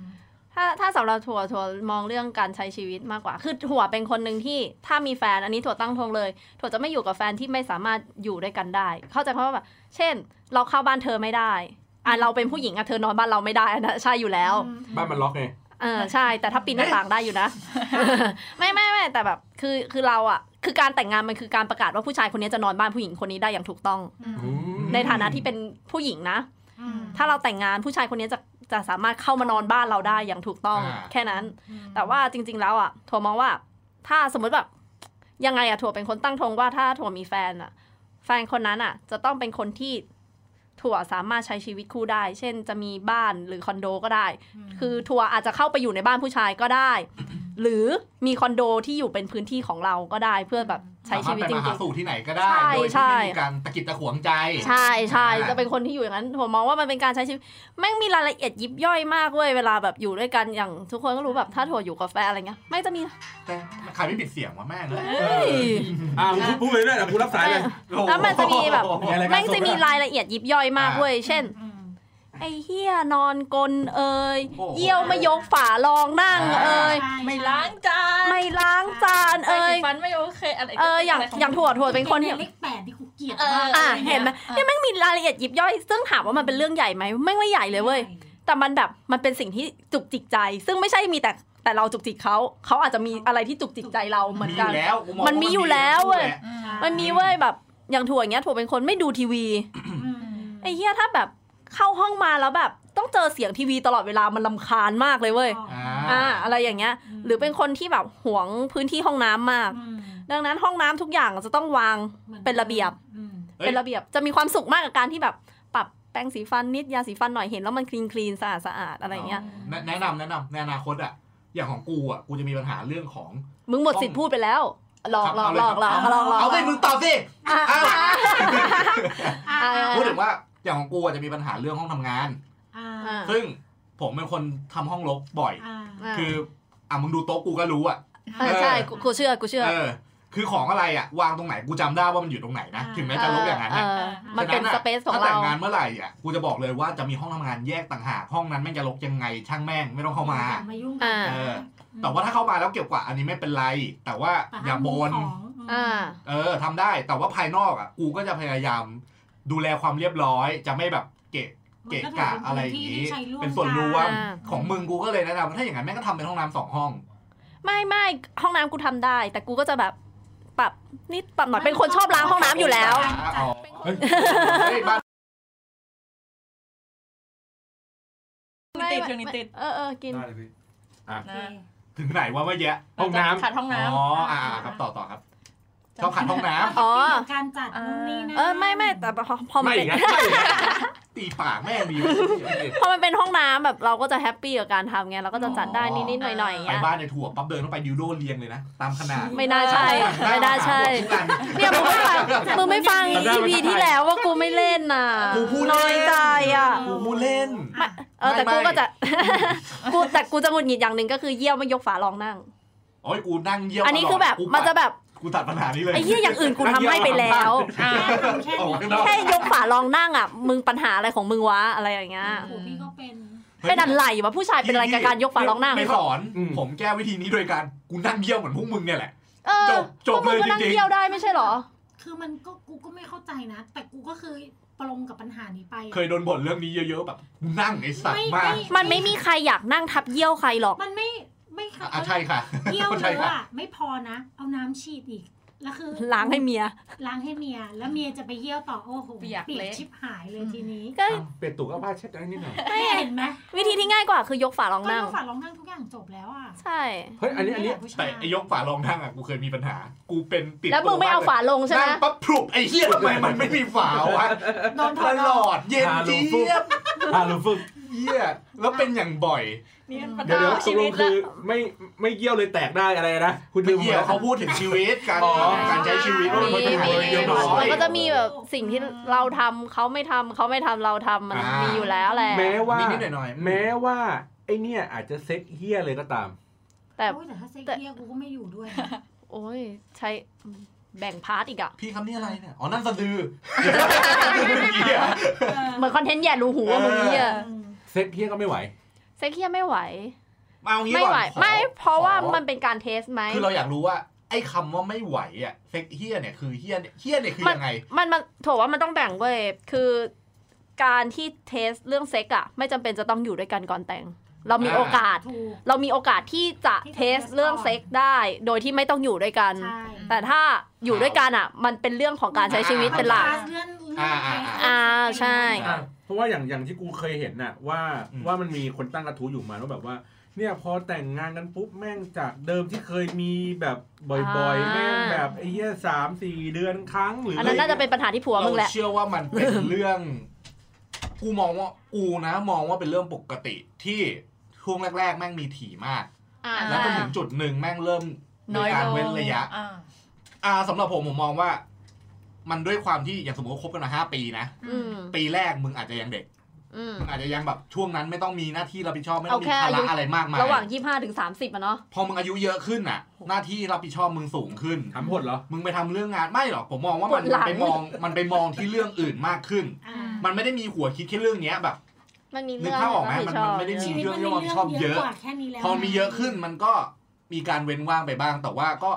Speaker 3: ถ้าถ้าสำหรับถั่วถั่วมองเรื่องการใช้ชีวิตมากกว่า คือถั่วเป็นคนหนึ่งที่ถ้ามีแฟนอันนี้ถั่วตั้งทงเลย ถั่วจะไม่อยู่กับแฟนที่ไม่สามารถอยู่ด้วยกันได้ เข้าใจเพราะว่าแบบเช่น เราเข้าบ้านเธอไม่ได้อ่ะเราเป็นผู้หญิงอ่ะเธอนอนบ้านเราไม่ได้อันนะใช่อยู่แล้ว
Speaker 7: บ้านมันล็อกไง
Speaker 3: เออใช่ แต่ถ้าปีนหน้าต่างได้อยู่นะ [LAUGHS] ไม่ไม่ไม่แต่แบบคือคือเราอ่ะคือการแต่งงานมันคือการประกาศว่าผู้ชายคนนี้จะนอนบ้านผู้หญิงคนนี้ได้อย่างถูกต้อง ในฐานะที่เป็นผู้หญิงนะ ถ้าเราแต่งงานผู้ชายคนนี้จะจะสามารถเข้ามานอนบ้านเราได้อย่างถูกต้อง
Speaker 6: อ่า
Speaker 3: แค่นั้น แต่ว่าจริง ๆ แล้วอ่ะถั่วมองว่า ถ้าสมมติแบบยังไงอ่ะถั่วเป็นคนตั้งธงว่าถ้าถั่วมีแฟนอ่ะ แฟนคนนั้นอ่ะ จะต้องเป็นคนที่ถั่วสามารถใช้ชีวิตคู่ได้ เช่นจะมีบ้านหรือคอนโดก็ได้ คือถั่วอาจจะเข้าไปอยู่ในบ้านผู้ชายก็ได้ หรือมีคอนโดที่อยู่เป็นพื้นที่ของเราก็ได้เพื่อแบบใช้ชีวิตจ
Speaker 6: สามารถไปมาหา
Speaker 3: ริง
Speaker 6: สู่ที่ไหนก็ได้
Speaker 3: ใช่
Speaker 6: โดย
Speaker 3: ใช่
Speaker 6: ที่ไม่มีการตะกิดตะขวงใจ
Speaker 3: ใช่ใช่
Speaker 6: อ่า
Speaker 3: จะเป็นคนที่อยู่อย่างนั้นผมมองว่ามันเป็นการใช้ชีวิตแม่งมีรายละเอียดยิบย่อยมากเว้ยเวลาแบบอยู่ด้วยกันอย่างทุกคนก็รู้แบบถ้าถั่วอยู่กับแฟนอะไรเงี้ยไม่จะมี
Speaker 6: แต่ใครไม่ปิดเสียงวะแม่งเลย
Speaker 3: เอ้ย
Speaker 7: อ่ามึงพูดไปเลยนะกูรับสายเลย
Speaker 3: แล้วมันจะมีแบบ
Speaker 6: โอ้โห
Speaker 3: แม่งจะมีรายละเอียดยิบย่อยมากเว้ยเช่น ไอ้เฮียนอนกลนเอ่ย
Speaker 6: โอ้โห
Speaker 3: เยี่ยวไม่ยกฝารองนั่ง
Speaker 6: อ่า
Speaker 3: เอ่ย
Speaker 4: ไม่ล้างจาน
Speaker 3: ไม่ล้างจาน
Speaker 4: เอ
Speaker 3: เอ่
Speaker 4: ย
Speaker 3: ย
Speaker 4: ฟันไม่โอเคอะไร
Speaker 3: เอออย่าง
Speaker 4: ะไรข
Speaker 3: อย่างถั่วถั่วเป็นคนที่
Speaker 5: เล็กแปดที่กูเกลียด
Speaker 4: เออ
Speaker 5: มาก
Speaker 4: อ่ะ
Speaker 3: อ่ะเห็นไหม
Speaker 4: เนี่ยไม่
Speaker 3: แม่งมีรายละเอียดยิบย่อย ซึ่งถามว่ามันเป็นเรื่องใหญ่ไหมแม่งไม่ใหญ่เลยเว้ย แต่มันแบบมันเป็นสิ่งที่จุกจิกใจ ซึ่งไม่ใช่มีแต่แต่เราจุกจิกเขาเขาอาจจะมีอะไรที่จุกจิกใจเราเหมือน
Speaker 6: มีอ
Speaker 3: กัน
Speaker 6: ยู่แล้วกูงว่า
Speaker 3: มันมีอยู่แล้วเว้ย
Speaker 6: แหละ
Speaker 3: มันมีเว้ยแบบอย่างถั่วอย่างเงี้ยถั่วเป็นคนไม่ดูทีวี
Speaker 5: อืม
Speaker 3: ไอ้เหี้ยถ้าแบบเข้าห้องมาแล้วแบบต้องเจอเสียงทีวีตลอดเวลามันลำคาญมากเลยเว้ย
Speaker 5: อ๋อ
Speaker 3: อ่าอะไรอย่างเงี้ย หรือเป็นคนที่แบบหวงพื้นที่ห้องน้ำมาก ดังนั้นห้องน้ำทุกอย่างจะต้องวาง เป็นระเบียบ
Speaker 6: เฮ้ย
Speaker 3: เป็นระเบียบจะมีความสุขมากกับการที่แบบปรับแปรงสีฟันนิดยาสีฟันหน่อยเห็นแล้วมันคลีนคลีนสะอาดสะอาดอะไรอย่างเงี้ย
Speaker 6: แนะแนะนำแนะนำในอนาคตอ่ะ อย่างของกูอ่ะ กูจะมีปัญหาเรื่องของ
Speaker 3: มึงหมดสิทธิ์พูดไปแล้วหลอกหลอกหลอกหลอกหลอกหลอก
Speaker 6: เอาไปมึงตอบสิ
Speaker 3: อ่ะ
Speaker 6: อ้าว
Speaker 5: อ่า
Speaker 6: พูดถึงว่าอย่างของกูอ่ะจะมีปัญหาเรื่องห้องทำงาน
Speaker 5: อ่า
Speaker 3: อ่ะ
Speaker 6: ซึ่งผมเป็นคนทำห้องรกบ่อย
Speaker 5: อ่า
Speaker 3: อ่ะ
Speaker 6: คืออ่ะมึงดูโต๊ะกูก็รู้อ่ะ
Speaker 3: เออใช่กูกูเชื่อกูเชื่อ
Speaker 6: เออ คือของอะไรอ่ะวางตรงไหนกูจำได้ว่ามันอยู่ตรงไหนนะ ถึงแม้จะลบอย่างนั้น
Speaker 3: เอ
Speaker 6: นะ
Speaker 3: อมันเป็นส
Speaker 6: ฉะะ
Speaker 3: เปซของ
Speaker 6: ถ้าแต่
Speaker 3: เรา
Speaker 6: งงานเมื่อไหร่อ่ะกูจะบอกเลยว่าจะมีห้องทำงานแยกต่างหากห้องนั้นแม่งจะลกยังไงช่างแม่งไม่ต้องเข้ามา
Speaker 5: อย่มายุ่งกั
Speaker 3: อ่า
Speaker 5: น
Speaker 6: เออ แต่ว่าถ้าเข้ามาแล้วเก็บกวาดอันนี้ไม่เป็นไร แต่ว่า
Speaker 5: แต่
Speaker 6: อย่าบน
Speaker 5: ห้มของ
Speaker 3: อ่า
Speaker 6: เออทำได้แต่ว่าภายนอกอ่ะกูก็จะพยายามดูแลความเรียบร้อย จะไม่แบบเกะเกะกะอะไรอย่างนี้ เป็นส่วนรวม
Speaker 3: อ่า
Speaker 6: ของมึงกูก็เลยแนะนำว่าถ้าอย่างนั้นแม่งก็ทำเป็นห้องน้ำสองห้อง
Speaker 3: ไม่ไม่ห้องน้ำกูทำได้ แต่กูก็จะแบบปรับนิดปรับหน่อยเป็นคนชอบล้างห้องน้ำอยู่แล้ว
Speaker 6: อ๋อ
Speaker 7: เฮ้ย
Speaker 6: เฮ้ยบ้าน
Speaker 3: ไม่
Speaker 4: ติดช่วงนี้ติด
Speaker 3: เออเออกิน
Speaker 7: ได้เลยพี่
Speaker 5: โอเค
Speaker 4: นะ
Speaker 6: ถึงไหนวะเมื่อกี้
Speaker 7: ห้องน้ำ
Speaker 4: ขัดห้องน้
Speaker 6: อ๋ออ่าครับต่อต่อครับชอบขัดห้องน้
Speaker 3: อ๋อ
Speaker 5: ของการจัดนู่นนี่นั่น
Speaker 3: เออไม่ไม่แต่พอพอมัน
Speaker 7: ไม่
Speaker 3: เป็
Speaker 7: อี
Speaker 3: น
Speaker 7: กนะไม่อีกนะ
Speaker 6: ำตีปากแม่งดี
Speaker 3: [LAUGHS] พอมันเป็นห้องน้ำแบบเราก็จะแฮปปี้กับการทำไงเราก็จะจัดได้นิดๆหน่อยๆอย่าง
Speaker 6: ไป
Speaker 3: เงี้ย
Speaker 6: บ้านในถั่วปั๊บเดินต้องไปดิวโดเรียงเลยนะ ตามขนาด
Speaker 3: ไม่น่าใช่ไม่น่าใช่
Speaker 6: ทุกอัน
Speaker 3: เนี่ยมึงไม่ฟังมึงไม่ฟัง
Speaker 7: จำได้
Speaker 3: อี
Speaker 7: ไหม
Speaker 3: พีที่แล้วว่ากูไม่เล่นน่ะ
Speaker 6: กูพูดเล่น
Speaker 3: น้อยใจอ่ะ
Speaker 6: กูพูดเล่น
Speaker 5: อ่ะ
Speaker 3: เออแต่กู
Speaker 6: ไม่
Speaker 3: ก็จะ [LAUGHS] กูแต่กูจะหงุดหงิดอย่างหนึ่งก็คือเยี่ยวไม่ยกฝารองนั่ง
Speaker 6: โอ้ยกูนั่งเยี่ยม
Speaker 3: อันนี้คือแบบ
Speaker 6: ตลดกู
Speaker 3: มันจะแบบ
Speaker 6: กูตัดปัญหานี้เลย
Speaker 3: ไอ้เหี้ยอย่างอื่นกูทำให้ไปแล้ว
Speaker 5: แค่
Speaker 6: ออก
Speaker 5: นี้
Speaker 6: มาข้างนอก
Speaker 3: แค่ยกฝารองนั่งอ่ะ มึงปัญหาอะไรของมึงวะอะไรอย่างเงี้ย
Speaker 5: โอ้โหพี่ก็เป็น
Speaker 3: เป็นอะไรวะผู้ชายเป็นอะไรกับการยกฝารองนั่ง
Speaker 6: ไม่สอน
Speaker 7: อืม
Speaker 6: ผมแก้วิธีนี้โดยการกูนั่งเยี่ยมเหมือนพวกมึงเนี่ยแหละ
Speaker 3: เออ
Speaker 6: จบจบ
Speaker 3: พวกมึง
Speaker 6: เลย
Speaker 3: ก็นั่ง
Speaker 6: จริงๆ
Speaker 3: เยี่ยวได้ไม่ใช่เหรอ
Speaker 5: คือมันก็กูก็ไม่เข้าใจนะ แต่กูก็เคยปรงกับปัญหานี้ไป
Speaker 6: เคยโดนบ่นเรื่องนี้เยอะๆแบบกูนั่งไอ้สัต
Speaker 5: ไม่
Speaker 6: ว์มาก
Speaker 3: มันไม่มีใครอยากนั่งทับเยี่ยวใครหรอก
Speaker 5: มันไม่ไม่ค่ะ
Speaker 6: อ่ะใช่ค่ะ
Speaker 5: เที่ยวเย
Speaker 6: ใช่
Speaker 5: อะ
Speaker 6: ค่ะ
Speaker 5: อะไม่พอนะ เอาน้ำฉีดอีกแล้วคือ
Speaker 3: ล้างให้เมีย
Speaker 5: ล้างให้เมีย แล้วเมียจะไปเยี่ยวต่อโอ้โห
Speaker 4: เปียกเละ
Speaker 5: ชิบหายเลยทีนี้
Speaker 3: ก็
Speaker 7: เป็ดตุกก็ผ้าเช็ดอะไรนิดหน่อย
Speaker 5: เนี่ยเห็นไหม
Speaker 3: วิธีที่ง่ายกว่าคือยกฝารอง
Speaker 5: ก็
Speaker 3: นั่ง
Speaker 5: เรื่องฝาร้องนั่งทุกอย่างจบแล้วอ่ะ
Speaker 3: ใช่
Speaker 7: เฮ้ย อันนี้ อันนี้
Speaker 5: แหละผู้ชาย
Speaker 6: แต่ไอ้ยกฝารองนั่งอ่ะกูเคยมีปัญหา กูเป็นติด
Speaker 3: แล้วมึงไม่เอาฝาลงใช่ไหม
Speaker 6: นั่งปั๊บพลุบไอ้เหี้ยทำไมมันไม่มีฝาวะ
Speaker 5: โดนถ
Speaker 6: ต
Speaker 5: อด
Speaker 6: ล
Speaker 5: ออก
Speaker 6: อดเย็นเจี๊ยบ
Speaker 7: อ่ารู้ฝึก
Speaker 6: เหี้ยแล้วเป็นอย่างบ่อย
Speaker 4: ำนี่มันปัญ
Speaker 7: เดี๋ยว
Speaker 4: หา
Speaker 7: เดี๋ยวต
Speaker 4: ชี
Speaker 7: กล
Speaker 4: วิ
Speaker 7: ง
Speaker 4: ต
Speaker 7: คื
Speaker 4: ละ
Speaker 7: อไม่ไม่เยี่ยวเลยแตกได้อะไรนะ คุณลื
Speaker 6: ไม่
Speaker 7: มหม
Speaker 6: เหี้ย
Speaker 7: ดแล้ว
Speaker 6: เขาพูดถึงชีวิตการ
Speaker 7: อ๋อ
Speaker 6: การใช้ชีวิตว่ามันเป็น
Speaker 7: มี
Speaker 6: ยังไง
Speaker 7: มี
Speaker 6: น้อย
Speaker 3: มันก็จะมีแบบสิ่งที่เราทำเขาไม่ทำเขาไม่ทำเราทำมัน
Speaker 6: อ่ามี
Speaker 3: มีอยู่แล้วแหละ
Speaker 7: แม้ว่า
Speaker 6: นิดๆหน่อยๆ
Speaker 7: แม้ว่า ไอเนี่ย อาจจะเซ็กเฮี้ยเลยก็ตาม
Speaker 3: แต่
Speaker 5: โอ้ยแต่ถ้าเซ็กเรียกกูก็ไม่อยู่ด้วยนะ
Speaker 3: โอ้ยใช้แบ่งพาร์ทอีกอะ
Speaker 6: พี่คำนี่อะไรเนี่ย อ๋อ นั่นสะดือ
Speaker 3: เหมือนคอนเทนต์แย่รูหูอะมึงเนี่ย
Speaker 5: อืม
Speaker 7: เซ็กเฮี้ยก็ไม่ไหว
Speaker 3: เซ็กเฮียไม่ไหว
Speaker 6: มาเอางี้
Speaker 3: ไม่
Speaker 6: ก่อน
Speaker 3: ไหว
Speaker 6: ขอ
Speaker 3: ไม่เพราะว่า
Speaker 6: ขอ
Speaker 3: มันเป็นการเทสไหม
Speaker 6: คือเราอยากรู้ว่า ไอ้คำว่าไม่ไหวอ่ะเซ็กเฮียเนี่ยคือเฮียเนี่ยเฮียเนี่ยคือยังไง
Speaker 3: มันมันโถว่ามันต้องแบ่งเว้ยคือการที่เทสเรื่องเซ็กอะไม่จำเป็นจะต้องอยู่ด้วยกันก่อนแต่ง เรามี
Speaker 6: อ่า
Speaker 3: โอกาส
Speaker 5: ถูก
Speaker 3: เรามีโอกาสที่จะ
Speaker 5: ที่จะ
Speaker 3: เทสเรื่องเซ็กได้ โดยที่ไม่ต้องอยู่ด้วยกัน
Speaker 5: ใช่
Speaker 3: แต่ถ้าอยู่ด้วยกันอะมันเป็นเรื่องของการใช้ชีวิตเป็นหลัก
Speaker 5: คอนทราสต์เลื่อนเลื่อนไป
Speaker 3: อ่าใช่
Speaker 6: อ่ะ
Speaker 7: เพราะว่าอย่างอย่างที่กูเคยเห็นน่ะว่า
Speaker 6: อืม
Speaker 7: ว่ามันมีคนตั้งกระทู้อยู่มาว่าแบบว่า เนี่ยพอแต่งงานกันปุ๊บแม่งจากเดิมที่เคยมีแบบบ่อย
Speaker 3: อ่า
Speaker 7: ๆ แม่งแบบไอ้เหี้ยสามสี่เดือนครั้งหรือ
Speaker 3: อัน
Speaker 7: อะ
Speaker 3: นั้น
Speaker 7: ไร
Speaker 3: น่าจะเป็นปัญหาที่ผัวมึงแห
Speaker 6: เรา
Speaker 3: ละ
Speaker 6: เชื่อว่ามันเป็นเรื่อง กูมองว่ากูนะมองว่าเป็นเรื่องปกติที่ช่วงแรก ๆ แม่งมีถี่มาก
Speaker 3: อ่า
Speaker 6: แล้วจนถึงจุดหนึ่งแม่งเริ่มมี
Speaker 4: น้อย
Speaker 6: การ
Speaker 4: ลง
Speaker 6: เว้นระยะ
Speaker 4: อ่า
Speaker 6: อ่าสำหรับผมผมมองว่า มันด้วยความที่อย่างสมมติว่าคบกันมาห้าปีนะ
Speaker 3: อืม
Speaker 6: ปีแรกมึงอาจจะยังเด็ก
Speaker 3: อืม
Speaker 6: มึงอาจจะยังแบบช่วงนั้นไม่ต้องมีหน้าที่รับผิดชอบไม่ต้องมี
Speaker 3: เอาแค่
Speaker 6: ภา
Speaker 3: อายุ
Speaker 6: ระอะไรมากมาย
Speaker 3: ระหว่าง 25ถึง30อะเนาะ
Speaker 6: พอมึงอายุเยอะขึ้นน่ะ หน้าที่รับผิดชอบมึงสูงขึ้น
Speaker 7: ถามผลเหรอ
Speaker 6: มึงไปทำเรื่องงานไม่หรอกผมมองว่ามัน
Speaker 3: ปวดหลัง
Speaker 6: ไปมองมันไปมองที่เรื่องอื่นมากขึ้น
Speaker 5: อ่า
Speaker 6: มันไม่ได้มีหัวคิดแค่เรื่องเนี้ยแบบ
Speaker 3: มันมี
Speaker 6: นึ
Speaker 3: เรื่
Speaker 6: ก
Speaker 3: อง
Speaker 6: ภาพออกไหม
Speaker 3: รับผิชอบ
Speaker 6: มันมันไม่ได้มี
Speaker 5: ชีวิตมันมีเรื่องเยอะกว่าแค่นี้แล้ว
Speaker 6: พอมีเยอะขึ้นมันก็มีการเว้นว่างไปบ้าง แต่ว่าก็